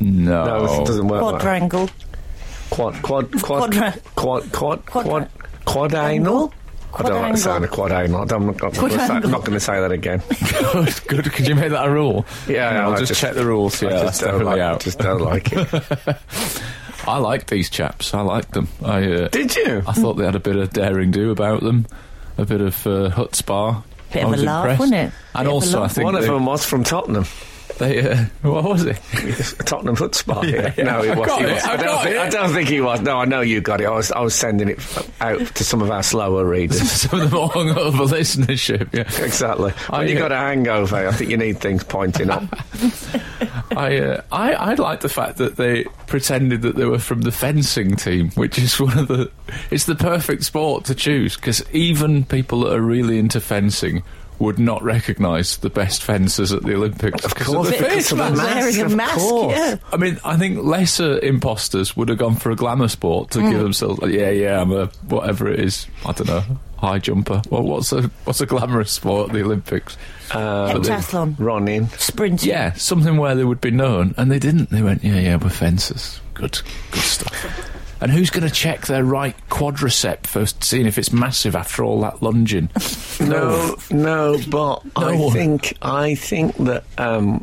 D: No.
B: No, it doesn't work. like that.
C: Quadrangle,
B: Quad, quad, quad,
C: Quadra-
B: quad, quad, quad,
C: Quadra-
B: quadanal. I don't like the
C: Quadrangle.
B: sound of quadanal. I don't- I'm not, going to say, I'm
C: Quadrangle.
B: not gonna say that again.
D: good. Good. Could you make that a rule?
B: Yeah,
D: I'll
B: I
D: just, check the rules.
B: I
D: Yeah, that's
B: just don't
D: definitely
B: like,
D: out.
B: just don't like it.
D: I like these chaps. I like them. I uh,
B: Did you?
D: I thought they had a bit of daring do about them, a bit of uh, hut spa.
C: Bit
D: I
C: of
D: was
C: a laugh,
D: impressed.
C: wasn't it? Bit of
D: And
C: a
D: also, I
C: laugh.
D: think
B: One of
D: they,
B: them was from Tottenham.
D: they, uh, what was it?
B: Tottenham Hotspur. Yeah,
D: yeah.
B: No, he
D: I
B: was.
D: got
B: he
D: it,
B: was.
D: I
B: I, don't
D: got
B: think,
D: it.
B: I don't think he was. No, I know you got it. I was, I was sending it out to some of our slower readers.
D: Some of them all hung over listenership. Yeah.
B: exactly.
D: I,
B: When you
D: uh,
B: got a hangover, I think you need things pointing up.
D: I, uh, I I like the fact that they pretended that they were from the fencing team, which is one of the it's the perfect sport to choose because even people that are really into fencing would not recognise the best fencers at the Olympics.
B: Of
D: 'cause of
B: course,
D: the
B: because
D: face
B: of the
D: mask.
B: mask,
C: Wearing a
B: of
C: mask,
B: course.
C: yeah.
D: I mean, I think lesser imposters would have gone for a glamour sport to give themselves. Yeah, yeah, I'm a whatever it is. I don't know, high jumper. Well, what's a what's a glamorous sport at the Olympics?
B: Um, Uh,
D: But they-
C: Heptathlon.
B: Running.
C: Sprint.
D: yeah, something where they would be known, and they didn't. They went, yeah, yeah, we're fencers. Good, good stuff. And who's going to check their right quadricep for seeing if it's massive after all that lunging?
B: No, no, but I
D: one.
B: think I think that um,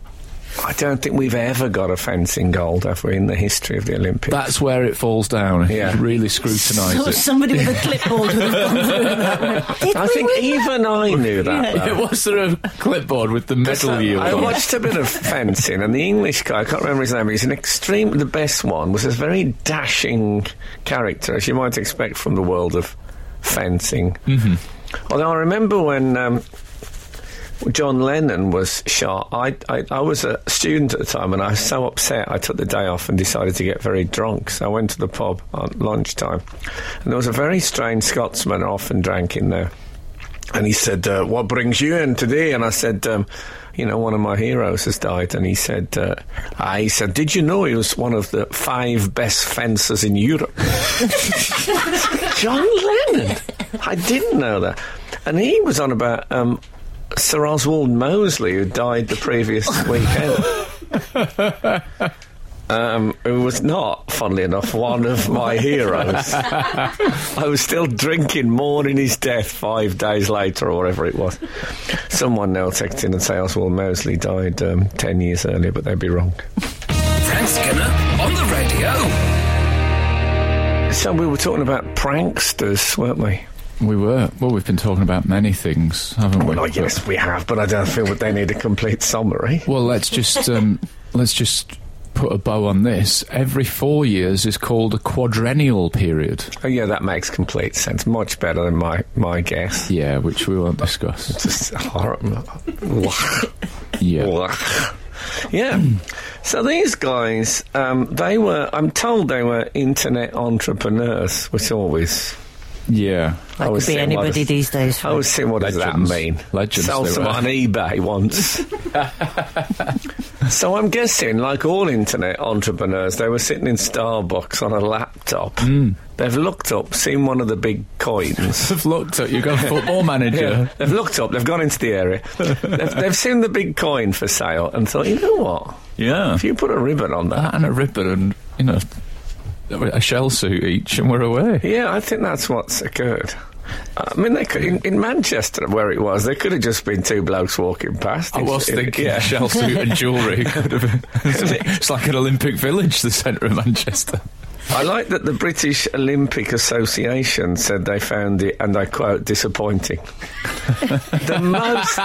B: I don't think we've ever got a fencing gold, have we, in the history of the Olympics?
D: That's where it falls down.
B: Yeah.
D: You really scrutinise
C: So
D: it.
C: somebody with a clipboard would have gone through that one. Did
B: I
C: we
B: think
C: win
B: even I knew that.
C: Yeah.
B: though.
D: It was there a clipboard with the medal yield
B: I
D: on?
B: watched a bit of fencing, and the English guy, I can't remember his name, he's an extreme, the best one, was this very dashing character, as you might expect from the world of fencing. Mm-hmm. Although I remember when um, John Lennon was shot, I, I, I was a student at the time, and I was so upset, I took the day off and decided to get very drunk. So I went to the pub at lunchtime, and there was a very strange Scotsman who often drank in there. And he said, uh, What brings you in today? And I said, um, You know, one of my heroes has died. And he said, uh, I he said, Did you know he was one of the five best fencers in Europe? John Lennon. I didn't know that. And he was on about um, Sir Oswald Mosley, who died the previous weekend. Um, who was not, funnily enough, one of my heroes. I was still drinking, mourning his death five days later, or whatever it was. Someone now text in and say Oswald Mosley died um, ten years earlier, but they'd be wrong.
A: Frank Skinner on the radio.
B: So we were talking about pranksters, weren't we?
D: We were. Well, we've been talking about many things, haven't we?
B: Well, yes, we have, but I don't feel that they need a complete summary.
D: Well, let's just um, let's just put a bow on this. Every four years is called a quadrennial period.
B: Oh, yeah, that makes complete sense. Much better than my my guess.
D: Yeah, which we won't discuss.
B: Just horrible. Wah.
D: Yeah,
B: yeah. So these guys, um, they were, I'm told they were internet entrepreneurs, which always.
D: yeah.
B: I
C: That
B: was
C: could be
B: saying, what
C: anybody
B: is-
C: these days.
B: I was thinking, what does
D: Legends.
B: that mean?
D: Legends
B: Sold
D: they
B: some
D: were.
B: on eBay once. so I'm guessing, like all internet entrepreneurs, they were sitting in Starbucks on a laptop.
D: Hmm.
B: They've looked up, seen one of the big coins.
D: I've looked at you. Got football manager.
B: They've looked up, they've gone into the area, they've, they've seen the big coin for sale and thought, you know what?
D: Yeah,
B: If you put a ribbon on that,
D: that and a ribbon, and you know, a shell suit each, and we're away.
B: Yeah, I think that's what's occurred. I mean, they could, in, in Manchester, where it was, there could have just been two blokes walking past.
D: I was thinking a shell suit and jewellery. could have been- it's like an Olympic village, the centre of Manchester.
B: I like that the British Olympic Association said they found it, and I quote, disappointing. the most,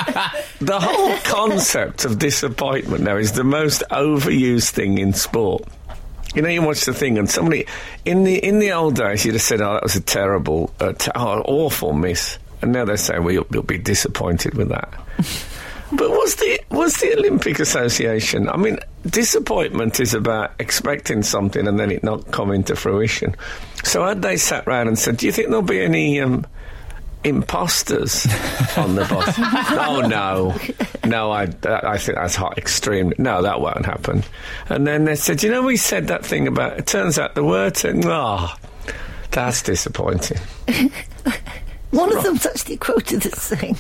B: the whole concept of disappointment now is the most overused thing in sport. You know, you watch the thing, and somebody in the in the old days, you'd have said, "Oh, that was a terrible, uh, t- oh, awful miss," and now they're saying, "Well, you'll, you'll be disappointed with that." But was the was the Olympic Association? I mean, disappointment is about expecting something and then it not coming to fruition. So had they sat round and said, "Do you think there'll be any um, imposters on the bus?" oh no, no, I I think that's hot extreme. No, that won't happen. And then they said, "You know, we said that thing about." It turns out the word thing. Ah, that's disappointing.
C: One of them's actually quoted as saying,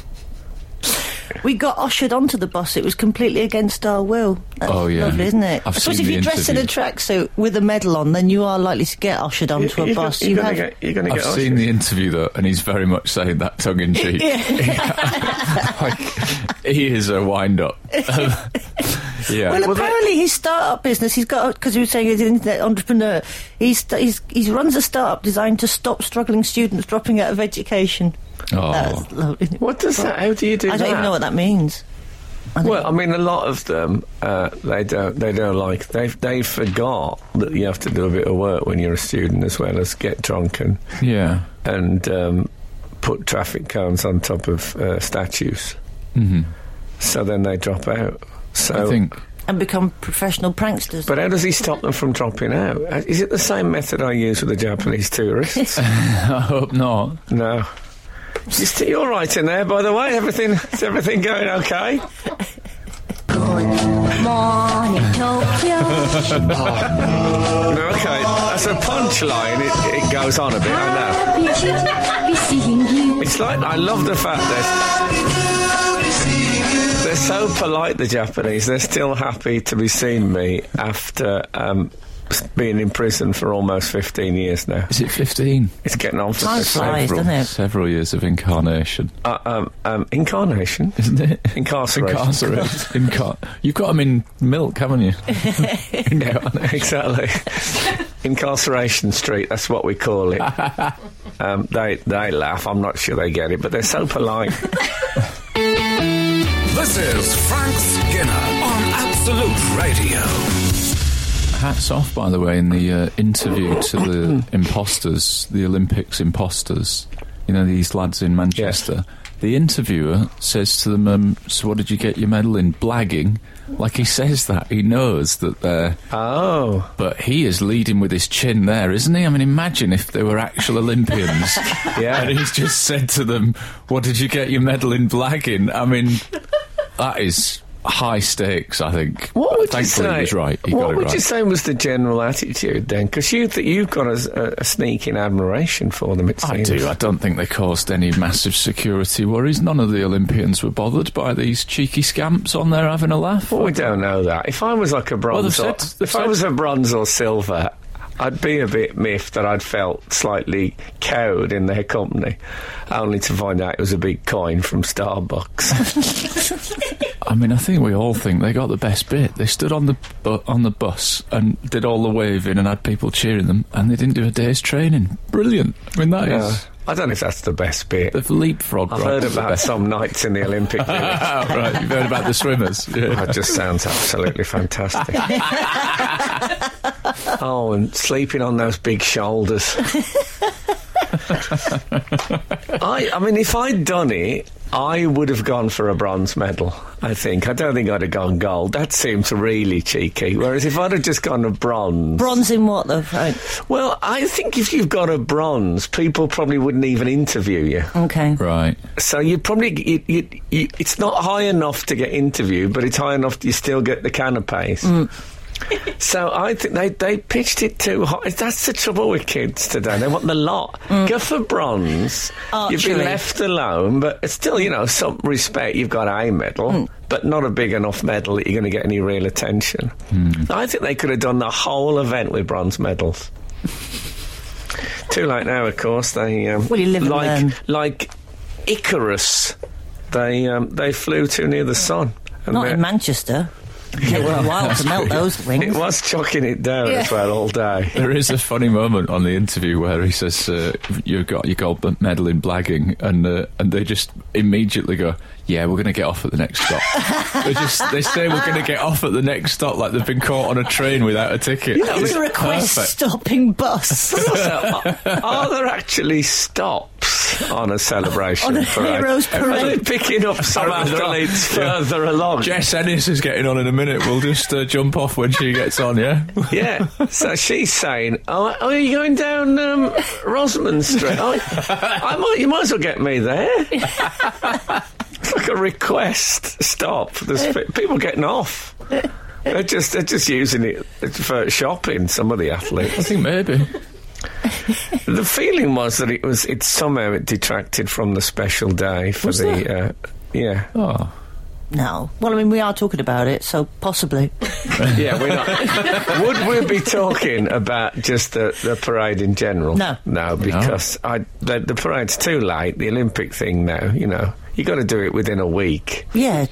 C: "We got ushered onto the bus. It was completely against our will." That's
D: Oh, yeah.
C: lovely, isn't it?
D: I've
C: I suppose
D: seen
C: if
D: the
C: you're dressed in a
D: interview.
C: tracksuit with a medal on, then you are likely to get ushered onto a
B: You're
C: bus.
B: gonna-
C: you
B: you're
C: have.
B: going to get. You're going to
D: I've
B: get.
D: seen the interview though, and he's very much saying that tongue in cheek. like, he is a wind up. yeah.
C: Well,
B: they-
C: really his startup business. He's got because he was saying he's an internet entrepreneur. He's he's he runs a startup designed to stop struggling students dropping out of education.
D: Oh.
C: That's lovely.
B: What does that? How do you do
C: I
B: that?
C: don't even know what that means.
B: Well, I mean, a lot of them uh, they don't they don't like they they forgot that you have to do a bit of work when you're a student as well as get drunk and
D: Yeah.
B: and um, put traffic cones on top of uh, statues.
D: hmm
B: So then they drop out. So,
D: I think.
C: And become professional pranksters.
B: but how does he stop them from dropping out? Uh, Is it the same method I use with the Japanese tourists?
D: I hope not.
B: no. You st- You're all right in there, by the way. Everything is everything going okay?
E: Morning Tokyo.
B: No, okay, that's a punchline. It, it goes on a bit. I know.
E: Happy to be seeing you.
B: It's like I love the fact that they're so polite. The Japanese, they're still happy to be seeing me after um, s- being in prison for almost fifteen years now.
D: Is it 15?
B: It's getting on for
C: Time
B: this.
C: flies,
B: April.
C: doesn't it?
D: Several years of incarnation,
B: Uh, um, um, incarnation,
D: isn't it?
B: incarceration.
D: Incarcerated. Incar- You've got them in milk, haven't you? Incarnation.
B: Exactly. Incarceration Street, that's what we call it. um, they, they laugh. I'm not sure they get it, but they're so polite.
A: This is Frank Skinner on Absolute Radio.
D: Hats off, by the way, in the uh, interview to the imposters, the Olympics imposters. You know these lads in Manchester. The interviewer says to them, um, "So, what did you get your medal in?" Blagging, like he says that he knows that they're.
B: Oh.
D: But he is leading with his chin there, isn't he? I mean, imagine if they were actual Olympians.
B: Yeah.
D: And he's just said to them, What did you get your medal in blagging? I mean, that is high stakes, I think.
B: What would
D: Thankfully,
B: you say?
D: he was right. He
B: what
D: got it
B: would
D: right.
B: you say was the general attitude then? Because you th- you've got a, s- a- a sneaking admiration for them. It
D: I
B: seems.
D: do. I don't think they caused any massive security worries. None of the Olympians were bothered by these cheeky scamps on there having a laugh.
B: Well, we don't know that. If I was like a bronze, or,
D: they've said-
B: if
D: they've
B: I
D: said-
B: was a bronze or silver, I'd be a bit miffed that I'd felt slightly cowed in their company, only to find out it was a big coin from Starbucks.
D: I mean, I think we all think they got the best bit. They stood on the bu- on the bus and did all the waving and had people cheering them, and they didn't do a day's training. Brilliant. I mean, that
B: Yeah.
D: is-
B: I don't know if that's the best bit.
D: they've leapfrogged.
B: I've
D: right
B: heard
D: to the
B: about
D: best.
B: some nights in the Olympic. Village.
D: Ah, right, you've heard about the swimmers. Yeah.
B: That just sounds absolutely fantastic. oh, and sleeping on those big shoulders. I, I mean, if I'd done it, I would have gone for a bronze medal. I think. I don't think I'd have gone gold. That seems really cheeky. Whereas if I'd have just gone a bronze,
C: Bronze in what though? Right.
B: well, I think if you've got a bronze, people probably wouldn't even interview you.
C: Okay.
D: Right.
B: So you probably you, you, you, it's not high enough to get interviewed, but it's high enough you still get the canapes.
C: Mm.
B: so I think they, they pitched it too high. That's the trouble with kids today. They want the lot. Go for bronze. You've been
C: Mm. Archery.
B: left alone, but it's still you know some respect. You've got a medal,
C: Mm.
B: but not a big enough medal that you're going to get any real attention.
C: Mm.
B: I think they could have done the whole event with bronze medals. Too late now, of course. They um,
C: Well, you live and
B: like
C: learn.
B: like Icarus. They um, they flew too near the sun. And
C: Not
B: they're-
C: in Manchester. Take a while to melt those
B: it
C: wings.
B: was chucking it down
C: Yeah.
B: as well all day.
D: There is a funny moment on the interview where he says, uh, "You got your gold medal in blagging," and uh, and they just immediately go, "Yeah, we're going to get off at the next stop." they just they say we're going to get off at the next stop, like they've been caught on a train without a ticket.
C: It was
D: It's
C: a request
D: perfect.
C: stopping bus
B: So, are there actually stops on a celebration
C: on a
B: parade?
C: hero's
B: Are they
C: parade.
B: picking up some
D: Apparently not.
B: athletes
D: Yeah.
B: further along?
D: Jess Ennis is getting on in a minute. We'll just uh, jump off when she gets on. Yeah.
B: Yeah. So she's saying, "Oh, oh are you going down um, Rosman Street? Oh, I might, you might as well get me there." it's like a request stop. There's pe- people getting off. They're just they're just using it for shopping. Some of the
D: I
B: athletes.
D: think maybe.
B: The feeling was that it was it somehow it detracted from the special day for the uh, yeah.
D: Oh.
C: No. Well, I mean, we are talking about it, so possibly.
B: Yeah, we're not. Would we be talking about just the, the parade in general?
C: No.
B: No, because I, the, the parade's too late, the Olympic thing now, you know. you got to do it within a week.
C: Yeah.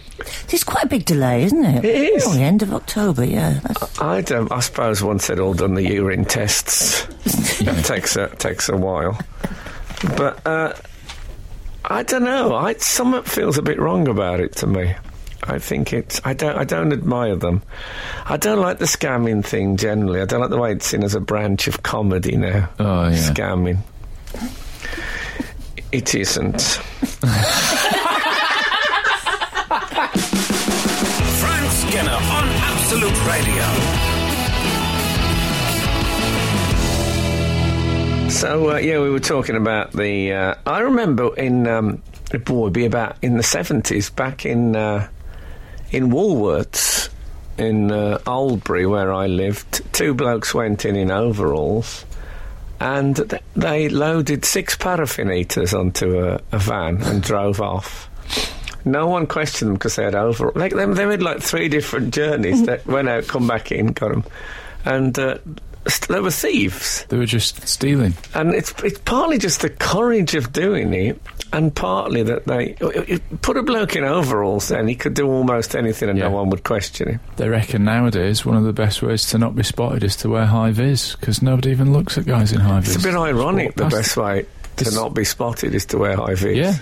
C: There's quite a big delay, isn't it?
B: It is.
C: Oh, the end of October, yeah. That's,
B: I, don't, I suppose once they'd all done the urine tests, that takes a, takes a while. But uh, I don't know. I, something feels a bit wrong about it to me. I think it's. I don't. I don't admire them. I don't like the scamming thing generally. I don't like the way it's seen as a branch of comedy now.
D: Oh, yeah.
B: Scamming. It isn't.
A: Frank Skinner on Absolute Radio.
B: So uh, yeah, we were talking about the. Uh, I remember in um, it would be about in the seventies, back in uh, in Woolworths in uh, Oldbury, where I lived. Two blokes went in in overalls, and th- they loaded six paraffin eaters onto a, a van and drove off. No one questioned them because they had overall. Like they, they made like three different journeys. they went out, come back in, got them, and uh, st- they were thieves.
D: They were just stealing.
B: And it's it's partly just the courage of doing it, and partly that they it- it- put a bloke in overalls, then he could do almost anything, and no
D: Yeah.
B: one would question him.
D: They reckon nowadays one of the best ways to not be spotted is to wear high vis because nobody even looks at guys in high vis.
B: It's a bit ironic. The best way to
D: This-
B: not be spotted is to wear high vis.
D: Yeah,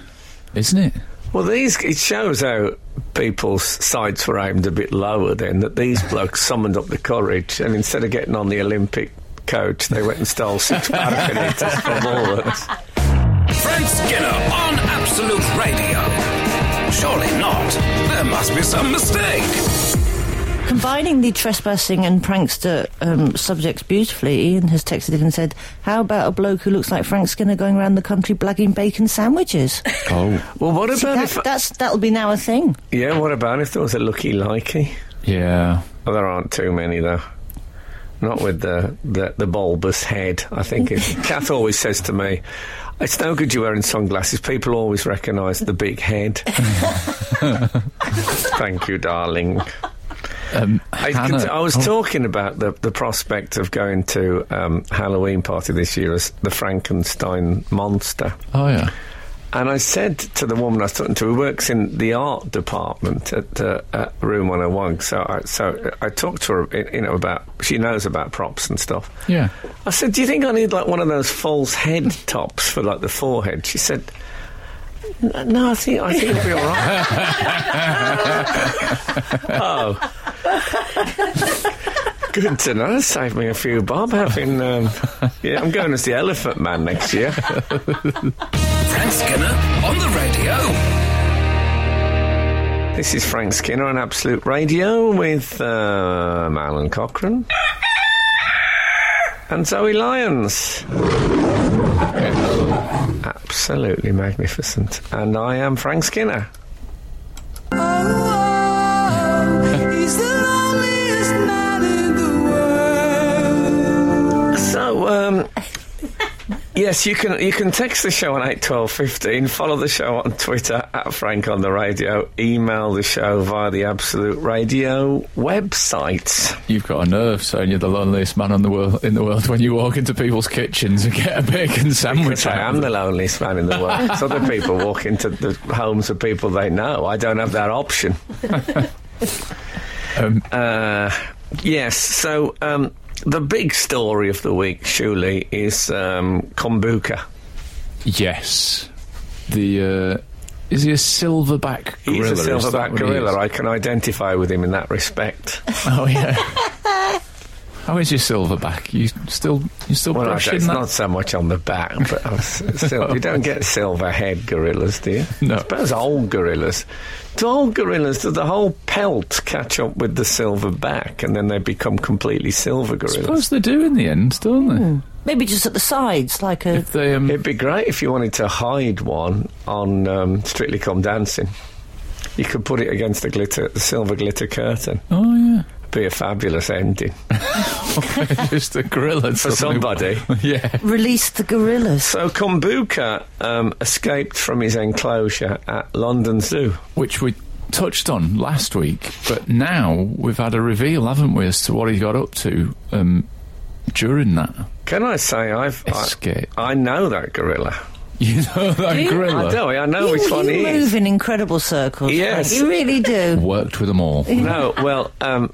D: isn't it?
B: Well, these it shows how people's sights were aimed a bit lower then. That these blokes summoned up the courage, and instead of getting on the Olympic coach, they went and stole six paraffin eaters from Woolworths.
A: Frank Skinner on Absolute Radio. Surely not. There must be some mistake.
C: Combining the trespassing and prankster um, subjects beautifully, Ian has texted in and said, How about a bloke who looks like Frank Skinner going around the country blagging bacon sandwiches?
D: Oh,
B: Well, what
C: See,
B: about
C: that,
B: if?
C: that's, that'll be now a thing.
B: Yeah, what about if there was a looky likey?
D: yeah.
B: Well, there aren't too many though. Not with the the, the bulbous head. I think it, Kath always says to me, "It's no good you wearing sunglasses. People always recognise the big head." Thank you, darling.
D: Um,
B: I,
D: Hannah,
B: I was
D: oh,
B: talking about the, the prospect of going to um, Halloween party this year as the Frankenstein monster.
D: oh yeah,
B: And I said to the woman I was talking to, who works in the art department at, uh, at Room 101, so I, so I talked to her, you know, about, she knows about props and stuff.
D: yeah.
B: I said, do you think I need, like, one of those false head tops for, like, the forehead? She said, "N- no, I think, I think it'll be all right. oh. Good to know. Saved me a few bob having, um, yeah, I'm going as the Elephant Man next year.
A: Frank Skinner on the radio.
B: This is Frank Skinner on Absolute Radio with um, Alan Cochrane and Zoe Lyons. Absolutely magnificent. And I am Frank Skinner. So, um, yes, you can you can text the show on eight twelve fifteen. Follow the show on Twitter at Frank on the Radio. Email the show via the Absolute Radio website.
D: You've got a nerve saying you're the loneliest man on the world in the world when you walk into people's kitchens and get a bacon sandwich.
B: Which I
D: out
B: am the
D: of them.
B: loneliest man in the world. It's other people walk into the homes of people they know. I don't have that option.
D: Um,
B: Uh, yes, so um, the big story of the week, surely, is um, Kombuka.
D: yes, the uh, is he a silverback
B: He's
D: gorilla?
B: a
D: Is that
B: silverback
D: what he is?
B: gorilla. I can identify with him in that respect.
D: Oh yeah. How is your silverback? You still you still
B: Well, I don't-
D: brushing
B: it's
D: that?
B: not so much on the back, but I was- still, you don't get silver head gorillas, do you?
D: No.
B: I suppose old gorillas. Do old gorillas, does the whole pelt catch up with the silver back and then they become completely silver
D: I
B: gorillas?
D: suppose they do in the end, don't they?
C: Maybe just at the sides, like a.
D: If they um,
B: It'd be great if you wanted to hide one on um, Strictly Come Dancing. You could put it against the glitter, the silver glitter curtain.
D: oh
B: Be a fabulous ending
D: yeah, just a gorilla
B: for somebody.
D: yeah,
C: Release the gorillas.
B: So Kombuka um, escaped from his enclosure at London Zoo.
D: which we touched on last week, but now we've had a reveal, haven't we, as to what he got up to um, during that
B: Can I say I've I,
D: Escape.
B: I know that gorilla.
D: You know that
C: you?
D: gorilla
B: I do. I know
C: you,
B: which one
C: you
B: he
C: move
B: is.
C: in incredible circles. Frank.
B: Yes.
C: you really do.
D: worked with them all.
B: No, well, um,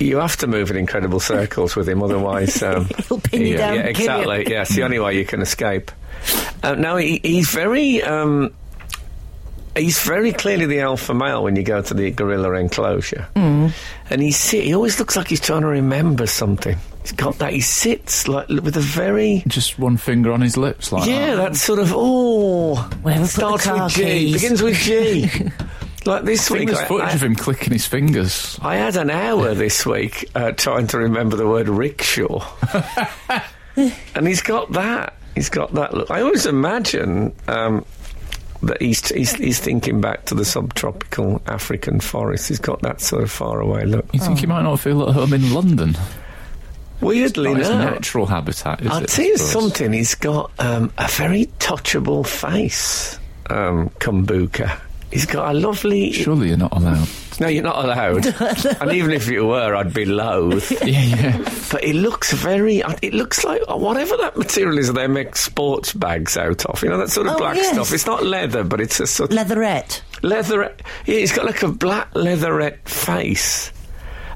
B: you have to move in incredible circles with him, otherwise. Um,
C: He'll pin you
D: Yeah,
C: down.
B: yeah,
C: and kill you.
B: exactly. Yeah, it's the only way you can escape. Uh, now he, he's very, um, he's very clearly the alpha male when you go to the gorilla enclosure, mm. and he sit, he always looks like he's trying to remember something. He's got that. He sits like with a very.
D: Just one finger on his lips, like
B: Yeah,
D: that.
B: that sort of oh
C: Where have we put the
B: starts
C: car
B: with G,
C: keys?
B: begins with G. like this
D: I think
B: week,
D: there's
B: I-
D: footage
B: I-
D: of him clicking his fingers.
B: I had an hour this week uh, trying to remember the word rickshaw. and he's got that. He's got that look. I always imagine um, that he's, he's, he's thinking back to the subtropical African forest. He's got that sort of faraway look.
D: You
C: Oh.
D: think he might not feel at home in London?
B: Weirdly
D: Not his
B: enough.
D: natural habitat, is
B: I'll
D: it?
B: tell you
D: I suppose?
B: something. He's got um, a very touchable face, um, Kumbuka. He's got a lovely.
D: Surely you're not allowed.
B: No, you're not allowed. and even if you were, I'd be loath.
D: yeah, yeah.
B: But it looks very. uh, It looks like uh, whatever that material is that they make sports bags out of. You know that sort of
C: Oh,
B: black
C: yes.
B: stuff. It's not leather, but it's a sort of
C: Leatherette.
B: leather. Yeah, it's got like a black leatherette face,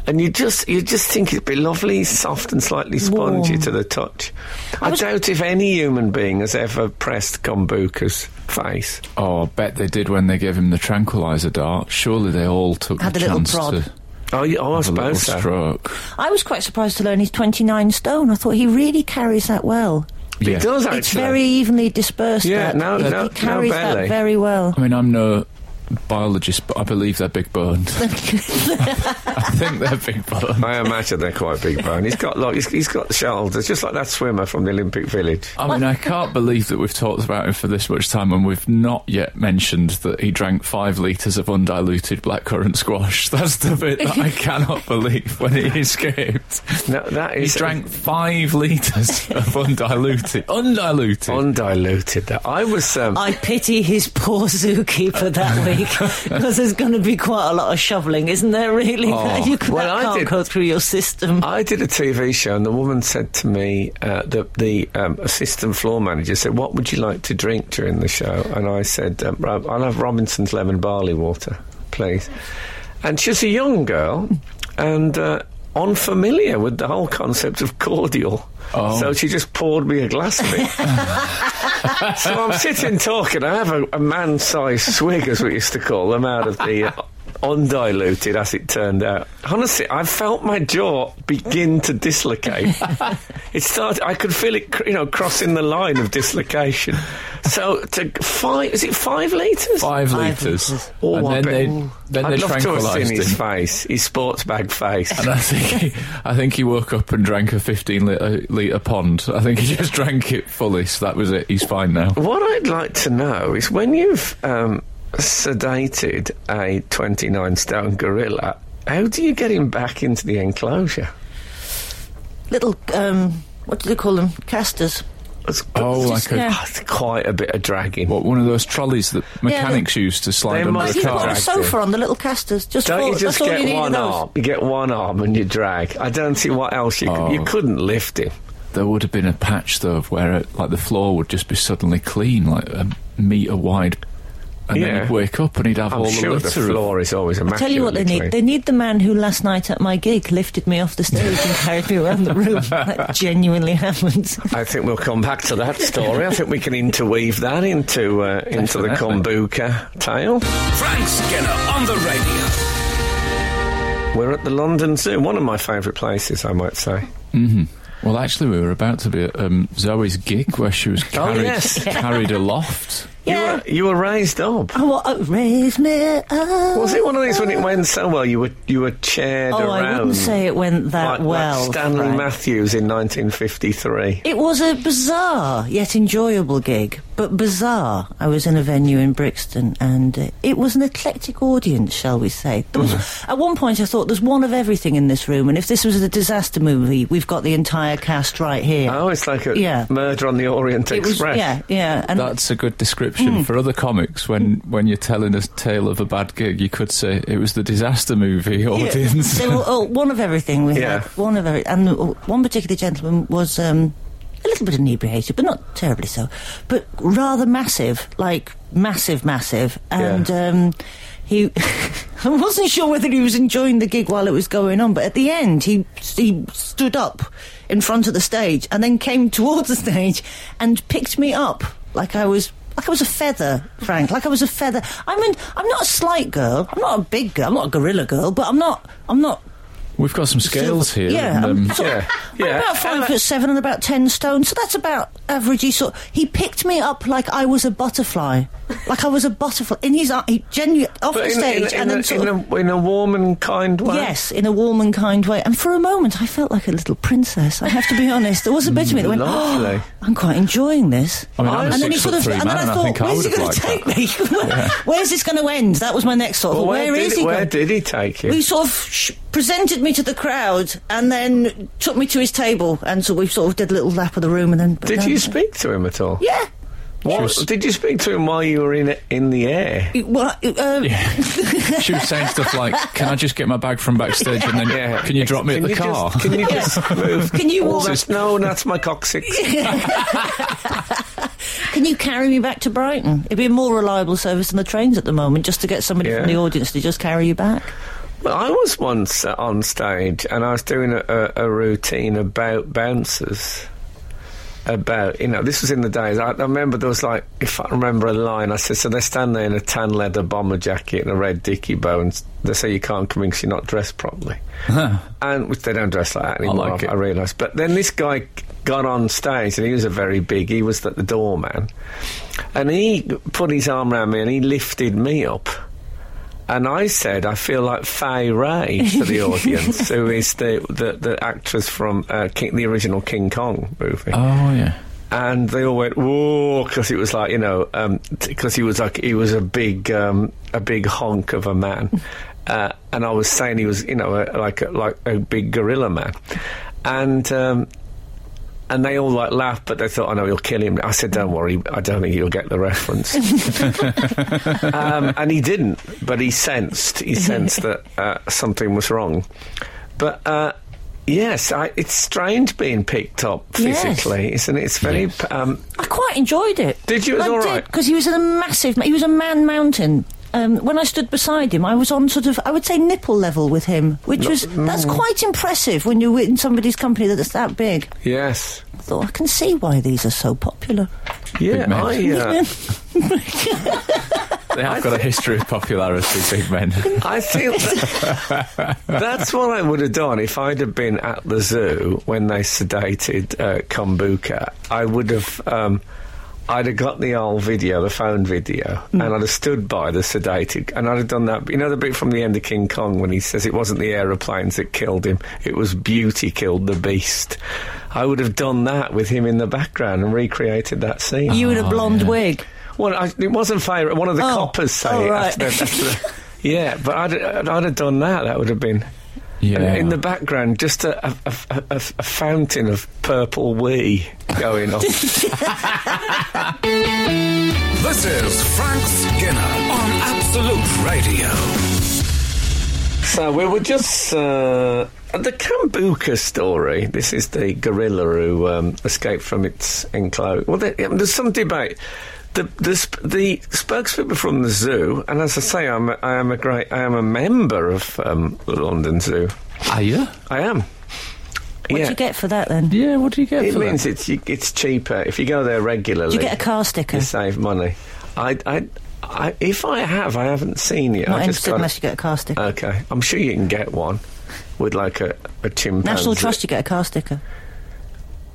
B: and you just you just think it'd be lovely, soft and slightly spongy
C: Warm.
B: to the touch. I,
C: was-
B: doubt if any human being has ever pressed Kombuka's face.
D: Oh, I bet they did when they gave him the tranquilizer dart. Surely they all took
C: Had
D: the
C: a little
D: chance
C: prod.
D: to
B: Oh, you- oh I
D: have a little
B: suppose so.
D: stroke.
C: I was quite surprised to learn he's 29 stone. I thought he really carries that well.
D: Yeah.
B: It does actually.
C: It's very evenly dispersed.
B: Yeah,
C: that.
B: no,
C: he,
B: no-
C: he carries
B: no
C: that
B: barely.
C: very well.
D: I mean, I'm no biologist, but I believe they're big boned. I think they're big boned.
B: I imagine they're quite big bone. He's got like he's, he's got shoulders, just like that swimmer from the Olympic Village.
D: I mean, I can't believe that we've talked about him for this much time and we've not yet mentioned that he drank five litres of undiluted blackcurrant squash. That's the bit that I cannot believe when he escaped.
B: No, that
D: He
B: is
D: drank five litres of undiluted. Undiluted!
B: undiluted. That I was. Um,
C: I pity his poor zookeeper that week because there's going to be quite a lot of shoveling, isn't there? Really,
D: Oh,
C: you c-
B: well,
C: that
B: I
C: can't
B: did-
C: go through your system.
B: I did a TV show, and the woman said to me uh, that the um, assistant floor manager said, "What would you like to drink during the show?" And I said, um, "Rob- "I'll have Robinson's lemon barley water, please." And she's a young girl, and. Uh, Unfamiliar with the whole concept of cordial,
D: Oh.
B: so she just poured me a glass of it. so I'm sitting talking. I have a, a man-sized swig, as we used to call them, out of the uh, undiluted, as it turned out. Honestly, I felt my jaw begin to dislocate. it started. I could feel it, cr- you know, crossing the line of dislocation. So to five, is it five liters?
D: Five,
C: Five
D: litres.
C: litres.
B: Oh,
D: and
B: I
D: then
B: bet-
D: they, then they
B: I'd love to have seen
D: tranquilised
B: his
D: him.
B: face, his sports bag face.
D: And I think he, I think he woke up and drank a 15 litre, litre pond. I think he just drank it fully, so that was it. He's fine now.
B: What I'd like to know is when you've um, sedated a 29 stone gorilla, how do you get him back into the enclosure?
C: Little, um, what do they call them? Casters.
B: That's,
D: Oh,
B: that's-
D: like
C: yeah.
D: a,
B: that's quite a bit of dragging.
D: what, one of those trolleys that mechanics use to
B: They
D: slide under
B: must
D: the
B: have
C: You've got
D: car.
C: a
B: Attractive.
C: sofa on the little casters. Just
B: Don't
C: for,
B: you just
C: that's all you
B: get
C: need
B: one
C: of those.
B: arm? You get one arm and you drag. I don't see what else you could, you
D: Oh.
B: couldn't lift him.
D: There would have been a patch though, where it, like the floor would just be suddenly clean, like a metre wide, and
B: Yeah.
D: then he'd wake up and he'd have
B: I'm
D: all
B: sure
D: the
B: the
D: litter. of-
B: floor is always a
C: Tell you what they need. They need the man who last night at my gig lifted me off the stage and carried me around the room. That genuinely happens.
B: I think we'll come back to that story. I think we can interweave that into uh, into the
D: Definitely.
B: kombucha tale.
A: Frank Skinner on the radio.
B: We're at the London Zoo, one of my favourite places, I might say.
D: Well, actually, we were about to be at um, Zoe's gig where she was carried,
B: Oh, yes.
D: carried aloft.
C: Yeah.
B: You, were, you were raised up.
C: Oh, what, oh, raise me up.
B: Was it one of these when it went so well? You were you were chaired
C: Oh,
B: around.
C: I wouldn't say it went
B: like,
C: that
B: like
C: well.
B: Stanley
C: Frank.
B: Matthews in 1953.
C: It was a bizarre yet enjoyable gig, but bizarre. I was in a venue in Brixton and uh, it was an eclectic audience, shall we say. There was, at one point I thought there's one of everything in this room and if this was a disaster movie, we've got the entire cast right here.
B: Oh, it's like a
C: Yeah.
B: murder on the Orient
C: it was
B: Express.
C: yeah, yeah. And
D: That's a good option for other comics when, when you're telling a tale of a bad gig. You could say it was the disaster movie audience.
C: They were all, one of everything. We
B: Yeah.
C: had one of every, and uh, one particular gentleman was um, a little bit inebriated, but not terribly so, but rather massive, like massive, massive, and. Um, he, I wasn't sure whether he was enjoying the gig while it was going on, but at the end he he stood up in front of the stage and then came towards the stage and picked me up like I was like I was a feather, Frank. Like I was a feather. I mean, I'm not a slight girl. I'm not a big girl. I'm not a gorilla girl. But I'm not. I'm not.
D: We've got some scales here.
C: Yeah,
D: and,
C: I'm
D: um,
C: sort of-
B: yeah, yeah.
C: I'm about five
B: And, uh,
C: foot seven and about ten stone. So that's about average. He sort. He picked me up like I was a butterfly. like I was a butterfly. In his eye, he genuinely
B: But
C: off the
B: in, in,
C: stage
B: in,
C: and then
B: a,
C: sort
B: in,
C: of.
B: a, in a warm and kind way.
C: Yes, in a warm and kind way. And for a moment, I felt like a little princess. I have to be honest. There was a bit of me that went,
B: Lovely.
C: "Oh, I'm quite enjoying this."
D: I mean, I'm a
C: and then he
D: six
C: sort
D: foot
C: of,
D: three
C: and then
D: man,
C: I
D: and I
C: thought,
D: think I
C: "Where's he
D: would've
C: going to
D: liked
C: take me? Where's this going to end?" That was my next thought.
B: Well,
C: thought,
B: where,
C: where
B: did,
C: is he?
B: where
C: going?
B: did he take you?
C: We sort of sh- presented me to the crowd and then took me to his table, and so we sort of did a little lap of the room, and then. but
B: Did
C: then-
B: you speak to him at all?
C: um, Yeah.
B: What-
D: Sure.
B: did you speak to him while you were in in the air?
C: It- Well, it- uh,
D: she was saying stuff like, "Can I just get my bag from backstage and then
B: Yeah.
D: can you drop me
B: Can
D: at the
B: you
D: car?"
B: Just, can you just move?
C: Can you
B: Oh,
C: walk-
B: that's- No, that's my coccyx.
C: Can you carry me back to Brighton? It'd be a more reliable service than the trains at the moment, just to get somebody
B: Yeah.
C: from the audience to just carry you back.
B: Well, I was once uh, on stage and I was doing a, a, a routine about bouncers. About, you know, this was in the days. I, I remember there was like, if I remember a line, I said, so they stand there in a tan leather bomber jacket and a red dicky bow, and s- they say you can't come in because you're not dressed properly. And which they don't dress like that anymore, I,
D: like it.
B: I realised. But then this guy got on stage and he was a very big, he was the, the doorman. And he put his arm around me and he lifted me up. And I said, I feel like Fay Ray to the audience, who is the, the, the actress from uh, King, the original King Kong movie.
D: Oh yeah.
B: And they all went, whoa, because it was like, you know, because he was like, he was a big, um, a big honk of a man. Uh, and I was saying he was, you know, a, like, a, like a big gorilla man. And, um, and they all like laughed, but they thought, "I know he'll kill him." I said, "Don't worry, I don't think he'll get the reference." um, and he didn't, but he sensed he sensed that uh, something was wrong. But uh, yes, I, it's strange being picked up
C: Yes.
B: physically, isn't it? It's very. p Um,
C: I quite enjoyed it.
B: Did you? It was all right.
C: Because he was a massive. He was a man mountain. Um, when I stood beside him, I was on sort of, I would say, nipple level with him, which was that's quite impressive when you're in somebody's company that's that big.
B: yes.
C: I thought I can see why these are so popular.
B: Yeah,
D: man.
B: I, uh,
D: They have got a history of popularity, big men.
B: I think that's what I would have done if I'd have been at the zoo when they sedated uh, Kombuka. I would have. Um, I'd have got the old video, the phone video, and I'd have stood by the sedated, and I'd have done that. You know the bit from the end of King Kong when he says it wasn't the aeroplanes that killed him, it was beauty killed the beast. I would have done that with him in the background and recreated that scene.
C: You in a blonde
D: Oh, yeah.
C: wig.
B: Well, I, it wasn't favourite. One of the
C: Oh.
B: coppers say
C: Oh,
B: it.
C: right.
B: After, after the- yeah, but I'd, I'd, I'd have done that. That would have been.
D: Yeah.
B: And in the background, just a, a, a, a- a fountain of purple wee going on.
A: This is Frank Skinner on Absolute Radio.
B: so we were just. Uh, at the Kambuka story, this is the gorilla who um, escaped from its enclosure. Well, there, yeah, there's some debate. The, the, sp- the spokespeople from the zoo, and as I say, I'm a, I am a great, I am a member of um, the London Zoo.
D: Are you?
B: I am.
C: What
B: yeah.
C: do you get for that then?
D: Yeah. What do you get?
B: It
D: for
B: means
D: that?
B: it's you, it's cheaper if you go there regularly.
C: Do you get a car sticker?
B: you save money. I, I, I, if I have, I haven't seen it.
C: Not
B: I just
C: interested
B: got.
C: unless you get a car
D: Oh,
C: sticker.
B: Okay, I'm sure you can get one with like a, a chimpanzee.
C: National Trust, you get a car sticker.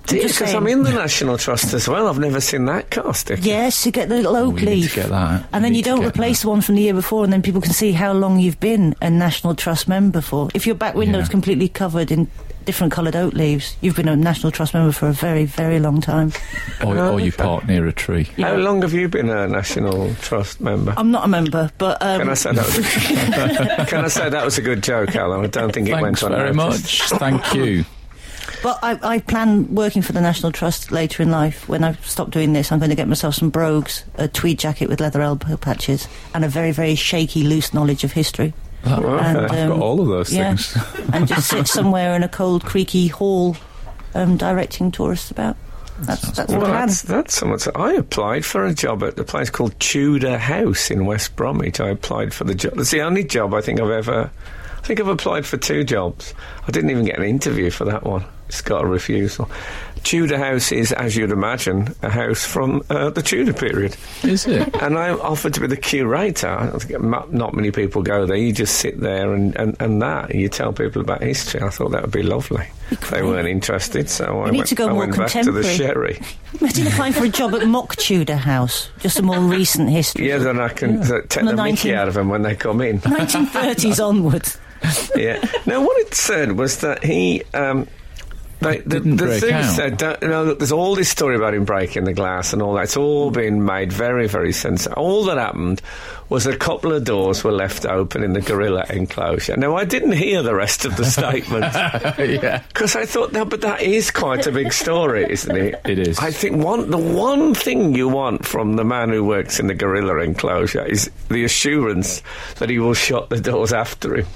C: just
B: because I'm
C: saying.
B: in the National Trust as well. I've never seen that car sticker.
C: Yes, you get the little oak
D: We need
C: leaf.
D: to get that.
C: And
D: We
C: then
D: need
C: you
D: to
C: don't
D: get
C: replace the one from the year before, and then people can see how long you've been a National Trust member for. If your back window
D: Yeah.
C: is completely covered in different coloured oak leaves, you've been a National Trust member for a very, very long time.
D: that. Or, or you park near a tree.
B: How long have you been a National Trust member?
C: I'm not a member, but um,
B: Can I say that? Was a, can I say that was a good joke, Alan? I don't think it
D: Thanks
B: went on.
D: very much. Thank you.
C: Well, I, I plan working for the National Trust later in life. When I stop doing this, I'm going to get myself some brogues, a tweed jacket with leather elbow patches, and a very, very shaky, loose knowledge of history. And,
D: I've got
C: um,
D: all of those
C: yeah.
D: things.
C: and just sit somewhere in a cold, creaky hall, um, directing tourists about. That's that's the
B: Well,
C: plan.
B: that's, that's someone's. I applied for a job at a place called Tudor House in West Bromwich. I applied for the job. It's the only job I think I've ever. I think I've applied for two jobs. I didn't even get an interview for that one. It's got a refusal. Tudor House is, as you'd imagine, a house from uh, the Tudor period.
D: Is it?
B: And I'm offered to be the curator. I don't think ma- not many people go there. You just sit there and, and, and that. You tell people about history. I thought that would be lovely. They weren't interested, so I
C: need
B: went,
C: to go
B: I
C: more
B: went back to the
C: contemporary.
B: sherry.
C: Imagine applying for a job at Mock Tudor House, just a more recent history.
B: Yeah, then I can uh, take
C: On the
B: the mickey
C: 19th.
B: out of them when they come in.
C: 1930s onwards.
B: yeah. Now, what it said was that he. Um, they, the,
D: didn't
B: the
D: break
B: thing
D: out.
B: said, don't, you know, look, there's all this story about him breaking the glass and all that. It's all been made very, very sensitive. All that happened was a couple of doors were left open in the gorilla enclosure. Now, I didn't hear the rest of the statement.
D: yeah.
B: Because I thought, no, but that is quite a big story, isn't it?
D: It is.
B: I think one the one thing you want from the man who works in the gorilla enclosure is the assurance that he will shut the doors after him.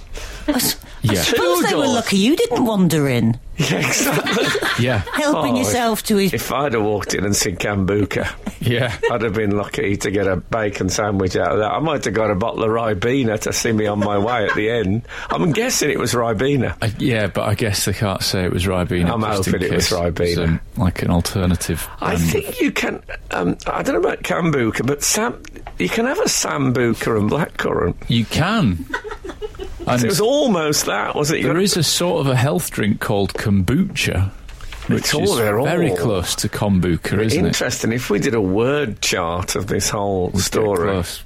C: I s- I
D: Yeah.
C: suppose they were
B: Tudors.
C: lucky you didn't wander in,
B: Yeah, exactly.
D: Yeah.
C: helping
B: Oh,
C: yourself to his.
B: if I'd have walked in and said Kambuka,
D: Yeah.
B: I'd have been lucky to get a bacon sandwich out of that. I might have got a bottle of Ribena to see me on my way at the end. I'm guessing it was Ribena.
D: I, yeah, but I guess they can't say it was Ribena.
B: I'm
D: just in
B: hoping it was
D: case it's,
B: Ribena.
D: um, like an alternative. Um,
B: I
D: brand.
B: think you can. Um, I don't know about Kambuka, but Sam, you can have a Sambuka and blackcurrant.
D: You can. And
B: It was almost that, was it? You
D: there
B: got-
D: is a sort of a health drink called kombucha, which
B: It's all-
D: is
B: they're
D: very
B: all-
D: close to kombucha, isn't it?
B: Interesting. If we did a word chart of this whole
D: Very
B: story,
D: close.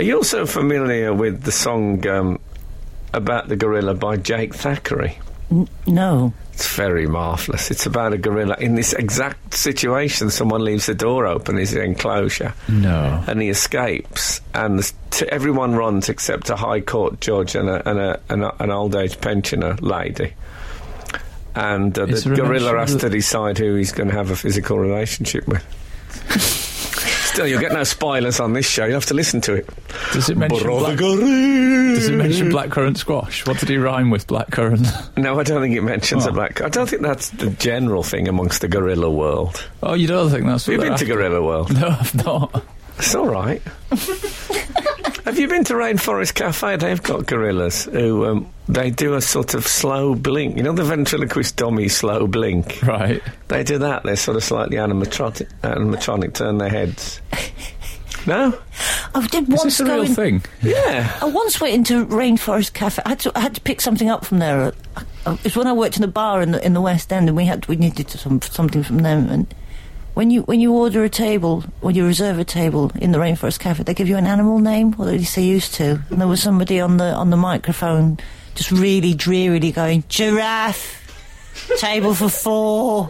B: are you also familiar with the song um, about the gorilla by Jake Thackeray?
C: No.
B: It's very marvellous. It's about a gorilla in this exact situation. Someone leaves the door open, his enclosure,
D: No.
B: and he escapes. And the, t- everyone runs except a high court judge and, a, and a, an, an old age pensioner lady. And uh,
D: Is
B: the
D: there a
B: gorilla
D: mention
B: has
D: of
B: to
D: the-
B: decide who he's going to have a physical relationship with. Still, you'll get no spoilers on this show. You'll have to listen to it.
D: Does it mention black, does it mention blackcurrant squash? What did he rhyme with blackcurrant?
B: No, I don't think it mentions
D: Oh.
B: a black. I don't think that's the general thing amongst the gorilla world.
D: Oh, you don't think that's what
B: Have you been to
D: they're
B: gorilla world?
D: after? No, I've not.
B: It's all right. Have you been to Rainforest Cafe? They've got gorillas who um, they do a sort of slow blink. You know the ventriloquist dummy slow blink.
D: Right.
B: They do that. They're sort of slightly animatronic. Animatronic. Turn their heads. No.
C: I did
D: Is
C: once
D: this a
C: go
D: real
C: in,
D: thing?
B: Yeah.
C: I once went into Rainforest Cafe. I had to, I had to pick something up from there. I- It was when I worked in a bar in the in the West End, and we had we needed some something from them. And when you when you order a table or you reserve a table in the Rainforest Cafe, they give you an animal name, or at least they used to. And there was somebody on the on the microphone, just really drearily going giraffe. Table for four.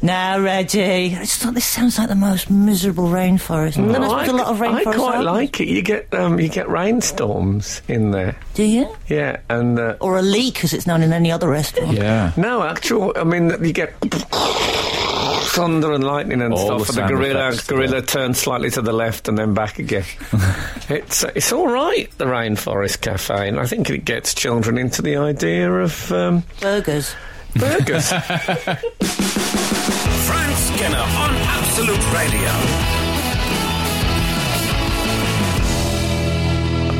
C: Now, Reggie. I just thought this sounds like the most miserable rainforest. And then I
B: No,
C: spent a lot of
B: I
C: rainforest.
B: quite
C: Island.
B: like it. You get um, you get rainstorms in there.
C: Do you?
B: Yeah, and uh,
C: or a leak, as it's known in any other restaurant.
D: Yeah.
B: No, actual. I mean, you get thunder and lightning and
D: All
B: stuff,
D: the
B: and
D: sound
B: the gorilla
D: effects to
B: gorilla turns slightly to the left and then back again. it's it's all right, the Rainforest Cafe, and I think it gets children into the idea of um,
C: Burgers.
B: burgers.
A: Frank Skinner on Absolute Radio.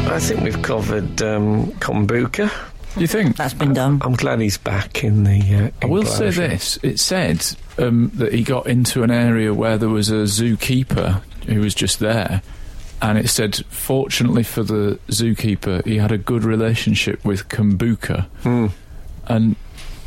B: I think we've covered um, kombucha.
D: You think?
C: That's been done.
B: I'm glad he's back in the. Uh,
D: I will say
B: enclosure.
D: this. It said um, that he got into an area where there was a zookeeper who was just there. And it said, fortunately for the zookeeper, he had a good relationship with Kambuka.
B: Hmm.
D: And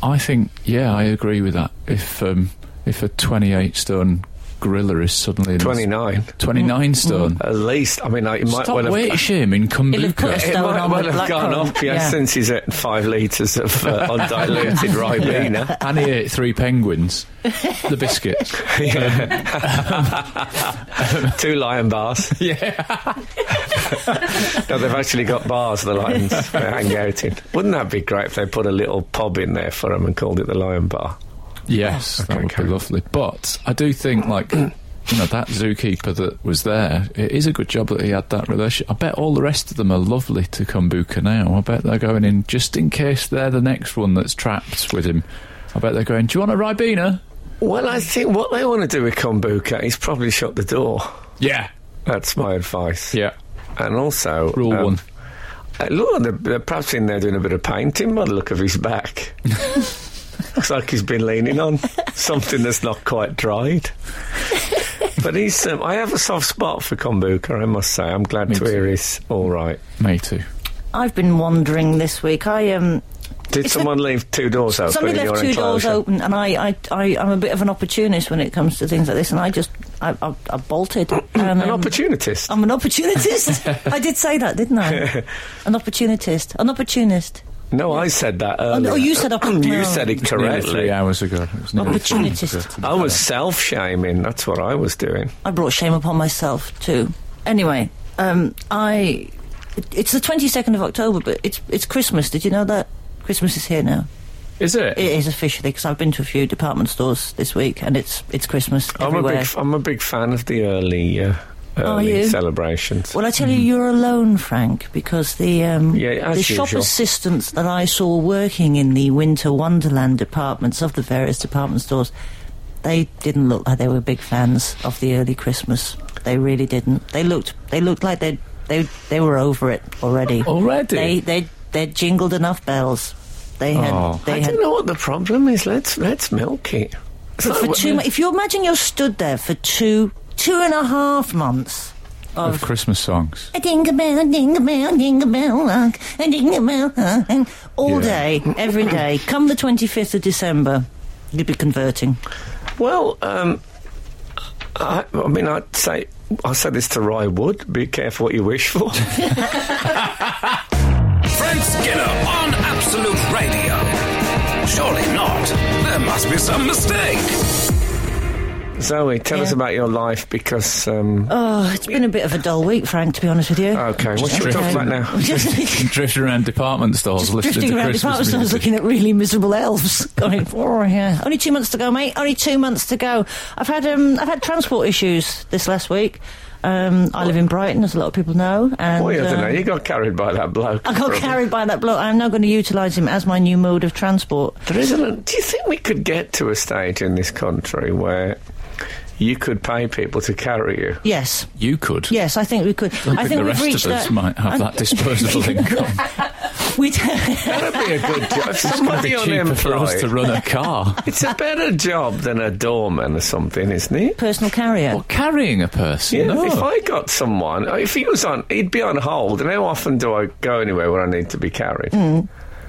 D: I think, yeah, I agree with that. If um, if a 28 stone gorilla is suddenly in
B: 29.
D: 29 stone.
B: At least, I mean, like, it Hmm. Uh, might
D: Stop
B: well have.
D: weight shaming
C: He'll have
D: Kumbuka.
C: put a
B: It
C: stone
B: might
C: on
B: well
C: with
B: have
C: black
B: gone
C: currant.
B: up, yeah, since he's at five litres of uh, undiluted Ribena.
D: And he ate three penguins. The biscuits.
B: Two lion bars.
D: yeah.
B: No, they've actually got bars, the lions, they hang out in. Wouldn't that be great if they put a little pub in there for them and called it the Lion Bar?
D: Yes, that would
B: carry
D: be
B: on.
D: lovely. But I do think, like, you know, that zookeeper that was there, it is a good job that he had that relationship. I bet all the rest of them are lovely to Kumbuka now. I bet they're going in just in case they're the next one that's trapped with him. I bet they're going, Do you want a Ribena?
B: Well, I think what they want to do with Kombuka is probably shut the door.
D: Yeah.
B: That's my advice.
D: Yeah.
B: And also.
D: Rule
B: um,
D: one.
B: uh, Look, they're, they're perhaps in there doing a bit of painting by the look of his back. Looks like he's been leaning on something that's not quite dried. but he's. Um, I have a soft spot for Kombuka, I must say. I'm glad
D: Me
B: to
D: too.
B: hear he's all right.
D: Me too.
C: I've been wandering this week. I um,
B: Did
C: It's a-
B: someone leave two doors open
C: somebody
B: in your
C: left two doors
B: enclosure?
C: open, and I, I, I, I'm a bit of an opportunist when it comes to things like this, and I just, I, I, I bolted. And,
B: An
C: um,
B: opportunist.
C: I'm an opportunist. I did say that, didn't I? An opportunist. An opportunist.
B: no, I said that earlier.
C: Oh, no, you said opportunist.
B: you said it
D: Nearly three
B: correctly.
D: hours ago. It was nearly three hours ago
C: Opportunist.
D: to be
B: I was self shaming. That's what I was doing.
C: I brought shame upon myself too. Anyway, um, I. it- It's the 22nd of October, but it's it's Christmas. Did you know that? Christmas is here now.
D: fair. Is it?
C: It is officially because I've been to a few department stores this week, and it's it's Christmas
B: I'm a,
C: everywhere.
B: big, f- I'm a big fan of the early, uh,
C: Are
B: early
C: you?
B: celebrations.
C: Well, I tell you, you're alone, Frank, because the um,
B: Yeah, as
C: the shop
B: usual.
C: assistants that I saw working in the Winter Wonderland departments of the various department stores, they didn't look like they were big fans of the early Christmas. They really didn't. They looked they looked like they they they were over it already.
D: Already?
C: They they they jingled enough bells. They had
D: Oh.
B: I
C: they had
B: don't know what the problem is. Let's let's milk it. It's
C: but
B: like
C: for
B: what-
C: two. mo- If you imagine you're stood there for two two and a half months of
D: Of Christmas songs.
C: A ding a bell, a ding a bell, a ding a bell, honk, a ding a bell, honk. all
D: Yeah.
C: day, every day. Come the 25th of December, you'd be converting.
B: well, um, I, I mean, I'd say I said this to Roy Wood. Be careful what you wish for.
A: Frank Skinner on Absolute Radio. Surely not. There must be some mistake.
B: Zoe, tell us
C: Yeah.
B: about your life because. Um,
C: Oh, it's been a bit of a dull week, Frank, to be honest with you. um,
B: Okay, what should we talk about now?
C: Just
D: Drifting around department stores listening
C: drifting
D: to
C: around
D: Christmas
C: department stores
D: music.
C: looking at really miserable elves. Going, oh, yeah. Only two months to go, mate. Only two months to go. I've had um, I've had transport issues this last week. Um, I live in Brighton, as a lot of people know. And,
B: well, you don't know.
C: um,
B: You got carried by that bloke.
C: I got
B: probably.
C: carried by that bloke. I'm now going to utilise him as my new mode of transport.
B: There isn't. A, do you think we could get to a stage in this country where you could pay people to carry you?
C: Yes,
D: You could.
C: yes, I think we could. I think
D: the
C: we've
D: rest
C: reached
D: of us
C: that.
D: might have that disposable income.
C: We'd
B: That'd be a good job. If
D: It'd
B: somebody
D: be cheaper for us to
B: unemployed-
D: run a car.
B: It's a better job than a doorman or something, isn't it?
C: personal carrier.
D: Or carrying a person. Oh,
B: Yeah,
D: no.
B: if I got someone, if he was on, he'd be on hold. And how often do I go anywhere where I need to be carried?
C: Hmm.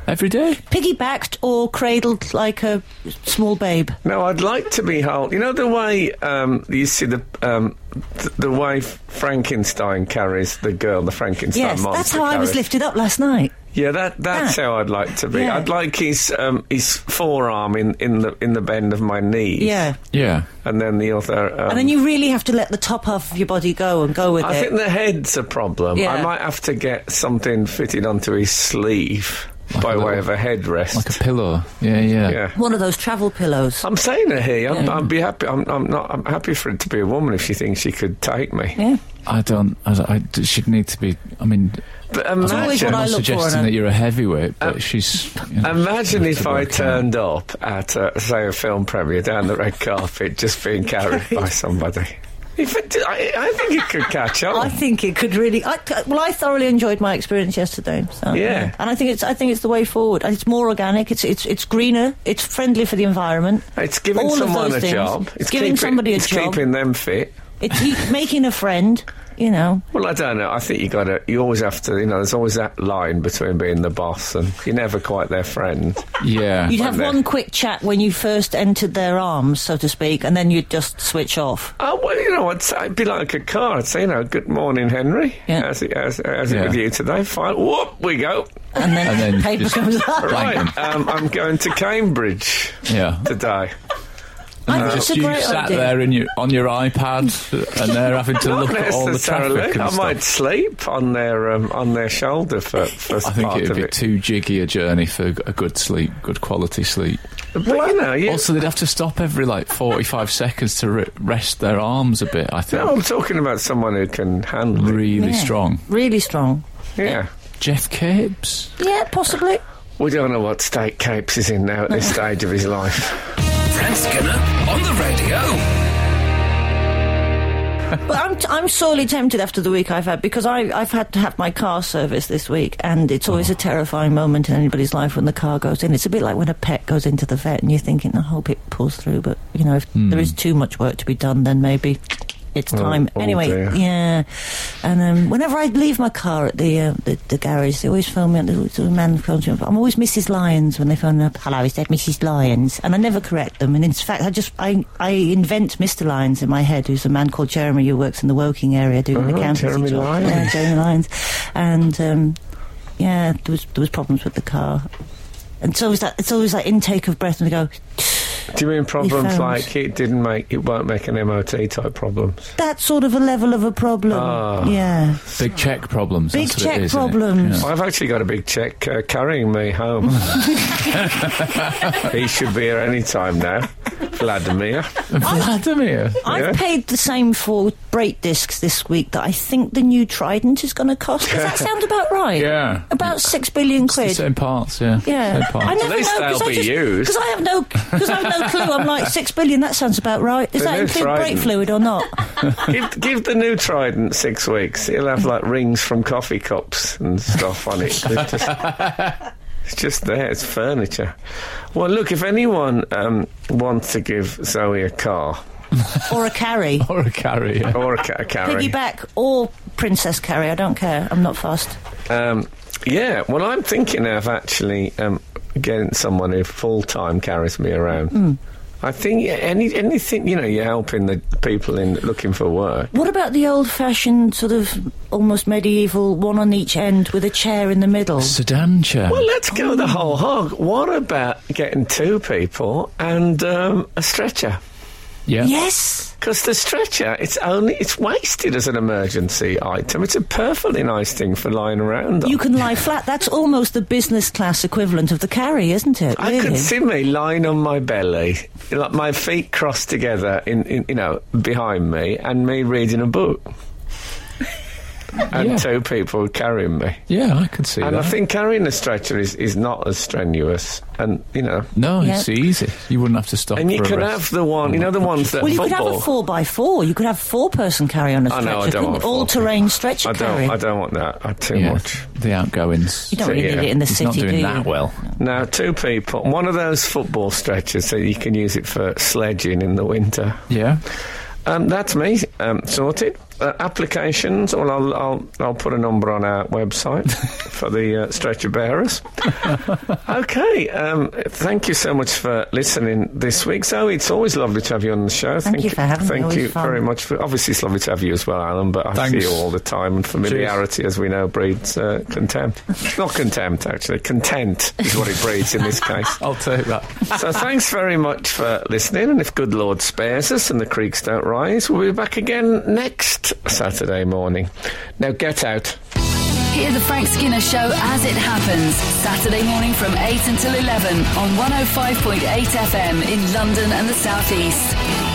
D: Every day.
C: Piggybacked or cradled like a small babe.
B: No, I'd like to be hold. You know the way um, you see the um, th- the way Frankenstein carries the girl, the Frankenstein
C: Yes,
B: monster.
C: that's how I was
B: carries-
C: lifted up last night.
B: Yeah, that that's
C: That.
B: how I'd like to be.
C: Yeah.
B: I'd like his um, his forearm in, in the in the bend of my knee.
C: Yeah,
D: Yeah.
B: and then the other. Um,
C: and then you really have to let the top half of your body go and go with
B: I
C: it.
B: think the head's a problem.
C: Yeah.
B: I might have to get something fitted onto his sleeve
D: Like
B: by
D: a
B: way
D: little-
B: of a headrest.
D: Like a pillow. Yeah, yeah.
B: yeah.
C: One of those travel pillows.
B: I'm saying it here. I'm,
C: Yeah.
B: I'd be happy. I'm, I'm not. I'm happy for it to be a woman if she thinks she could take me.
C: Yeah,
D: I don't. I, don't- I d- she'd need to be. I mean,
B: But
C: always
B: imagine,
C: what I
D: I'm not
C: look for in
D: suggesting
C: a-
D: that you're a heavyweight, but she's. you know,
B: Uh, imagine
D: she'd
B: if
D: have to
B: I
D: work out.
B: turned up at, uh, say, a film premiere down the red carpet, just being carried by somebody. If it, I, I think it could catch on.
C: I think it could really. I, well, I thoroughly enjoyed my experience yesterday. So,
B: Yeah.
C: and I think it's I think it's the way forward. It's more organic. It's it's it's greener. It's friendly for the environment.
B: it's giving
C: all of
B: someone
C: those
B: a
C: things.
B: job.
C: It's giving
B: keeping-
C: somebody a
B: it's
C: job.
B: keeping them fit.
C: It's e- making a friend. you know.
B: Well, I don't know. I think you got to. You always have to. You know, there's always that line between being the boss and you're never quite their friend.
D: Yeah.
C: You'd have
B: there.
C: one quick chat when you first entered their arms, so to speak, and then you'd just switch off.
B: Oh well, you know, I'd, say, it'd be like a car. I'd say, you know, good morning, Henry.
C: Yeah.
B: How's it? How's, how's
D: Yeah.
B: it with you today? Fine. Whoop, we go.
C: And then,
D: And then you
C: paper
D: just-
C: comes up.
D: Blank
B: Right.
D: them.
B: Um, I'm going to Cambridge
D: Yeah.
B: today.
C: I think
D: Just
C: it's a
D: you
C: great
D: sat
C: idea.
D: there in your, on your iPad and they're having to look
B: Not
D: at all the
B: necessarily.
D: traffic and
B: I
D: stuff.
B: might sleep on their um, on their shoulder for for
D: I think
B: part
D: it would
B: of
D: be
B: it.
D: too jiggy a journey for a good sleep, good quality sleep.
B: but you know, you,
D: Also, they'd have to stop every like 45 seconds to re- rest their arms a bit, I think.
B: no, I'm talking about someone who can handle it.
D: Really
C: Yeah.
D: strong.
C: Really strong.
B: Yeah.
D: Jeff Capes.
C: Yeah, possibly.
B: We don't know what state Capes is in now at this stage of his life.
A: Frank Skinner on the radio.
C: But I'm, t- I'm sorely tempted after the week I've had because I, I've had to have my car serviced this week, and it's
B: Oh.
C: always a terrifying moment in anybody's life when the car goes in. It's a bit like when a pet goes into the vet, and you're thinking, I hope it pulls through. But you know, if there is too much work to be done, then maybe it's time.
B: Hmm. oh
C: anyway,
B: dear.
C: yeah. And um, whenever I leave my car at the uh, the, the garage, they always phone me. up, there's a man phones me. up. I'm always Mrs. Lyons when they phone up. Hello, is that Mrs. Lyons? And I never correct them. And in fact, I just I I invent Mr. Lyons in my head, who's a man called Jeremy who works in the Woking area doing an
B: Oh,
C: accountancy
B: Jeremy
C: job.
B: Lyons.
C: Yeah, Jeremy Lyons. And um, yeah, there was there was problems with the car. And so it's that it's always that intake of breath and they go.
B: Do you mean problems
C: found-
B: like it didn't make it won't make an MOT type problems?
C: That sort of a level of a problem.
B: Ah.
C: Yeah.
D: Big check problems.
C: Big
D: that's what it
C: check
D: is, isn't it?
C: problems.
B: I've actually got a big check uh, carrying me home. he should be here any time now, Vladimir.
D: Vladimir.
B: Yeah.
C: I've paid the same for brake discs this week that I think the new Trident is going to cost. Does that sound about right?
D: Yeah.
C: About six billion
D: The
C: quid.
D: same parts, yeah.
C: Yeah,
D: Same parts.
C: I never
B: least
C: know
B: they'll
C: because I
B: be
C: just-
B: used.
C: 'cause I have no because I have no clue. I'm like six billion. That sounds about right. Does
B: The
C: that
B: new
C: include brake
B: Trident.
C: fluid or not?
B: give, give the new Trident six weeks. It'll have like rings from coffee cups and stuff on it. It's just, it's just there. It's furniture. Well, look, if anyone um, wants to give Zoe a car
C: or a carry,
D: Or a carrier.
B: or a, ca- a carry,
C: piggyback or princess carry. I don't care. I'm not fast.
B: um, yeah. Well, I'm thinking of actually um, getting someone who full time carries me around. I think any anything you know, you're helping the people in looking for work.
C: What about the old-fashioned sort of almost medieval one on each end with a chair in the middle?
D: Sedan chair.
B: Well, let's go the whole hog. What about getting two people and um, a stretcher?
D: yeah.
C: Yes.
B: Because the stretcher, it's only it's wasted as an emergency item. It's a perfectly nice thing for lying around.
C: You
B: on.
C: can lie flat. That's almost the business class equivalent of the carry, isn't it?
B: I
C: really?
B: could see me lying on my belly, like my feet crossed together, in, in you know, behind me, and me reading a book, and
D: Yeah.
B: two people carrying me.
D: Yeah, I can see
B: And I
D: that.
B: think carrying a stretcher is, is not as strenuous, and you know,
D: no, it's
C: Yeah.
D: easy. You wouldn't have to stop
B: and you
D: for a
B: can
D: rest.
B: have the one, you know, the ones that
C: Well, you
B: football.
C: could have a four by four. You could have four person carry on a
B: I
C: stretcher.
B: know, I don't want a
C: all terrain stretcher
B: I
C: carry.
B: don't. I don't want that. I too
D: Yeah,
B: much.
D: The outgoings.
C: you don't
B: so,
C: really
B: yeah.
C: need it in the
D: He's
C: city,
D: not doing
C: do you?
D: that well.
B: Now, two people. One of those football stretchers so you can use it for sledging in the winter.
D: Yeah.
B: Um, that's me um, sorted. Uh, applications. Well, I'll, I'll I'll put a number on our website for the uh, stretcher bearers. okay. Um, thank you so much for listening this week. So it's always lovely to have you on the show.
C: Thank you for having me,
B: Thank
C: always
B: you
C: fun.
B: very much. For, obviously, it's lovely to have you as well, Alan. But I
D: Thanks.
B: see you all the time, and familiarity, as we know, breeds uh, contempt. Not contempt, actually. Content is what it breeds in this case.
D: I'll take that.
B: So thanks very much for listening, and if good Lord spares us and the creeks don't rise, we'll be back again next Saturday morning. Now get out.
F: Hear the Frank Skinner Show as it happens. Saturday morning from oh 8 until 11 on 105.8 FM in London and the South East.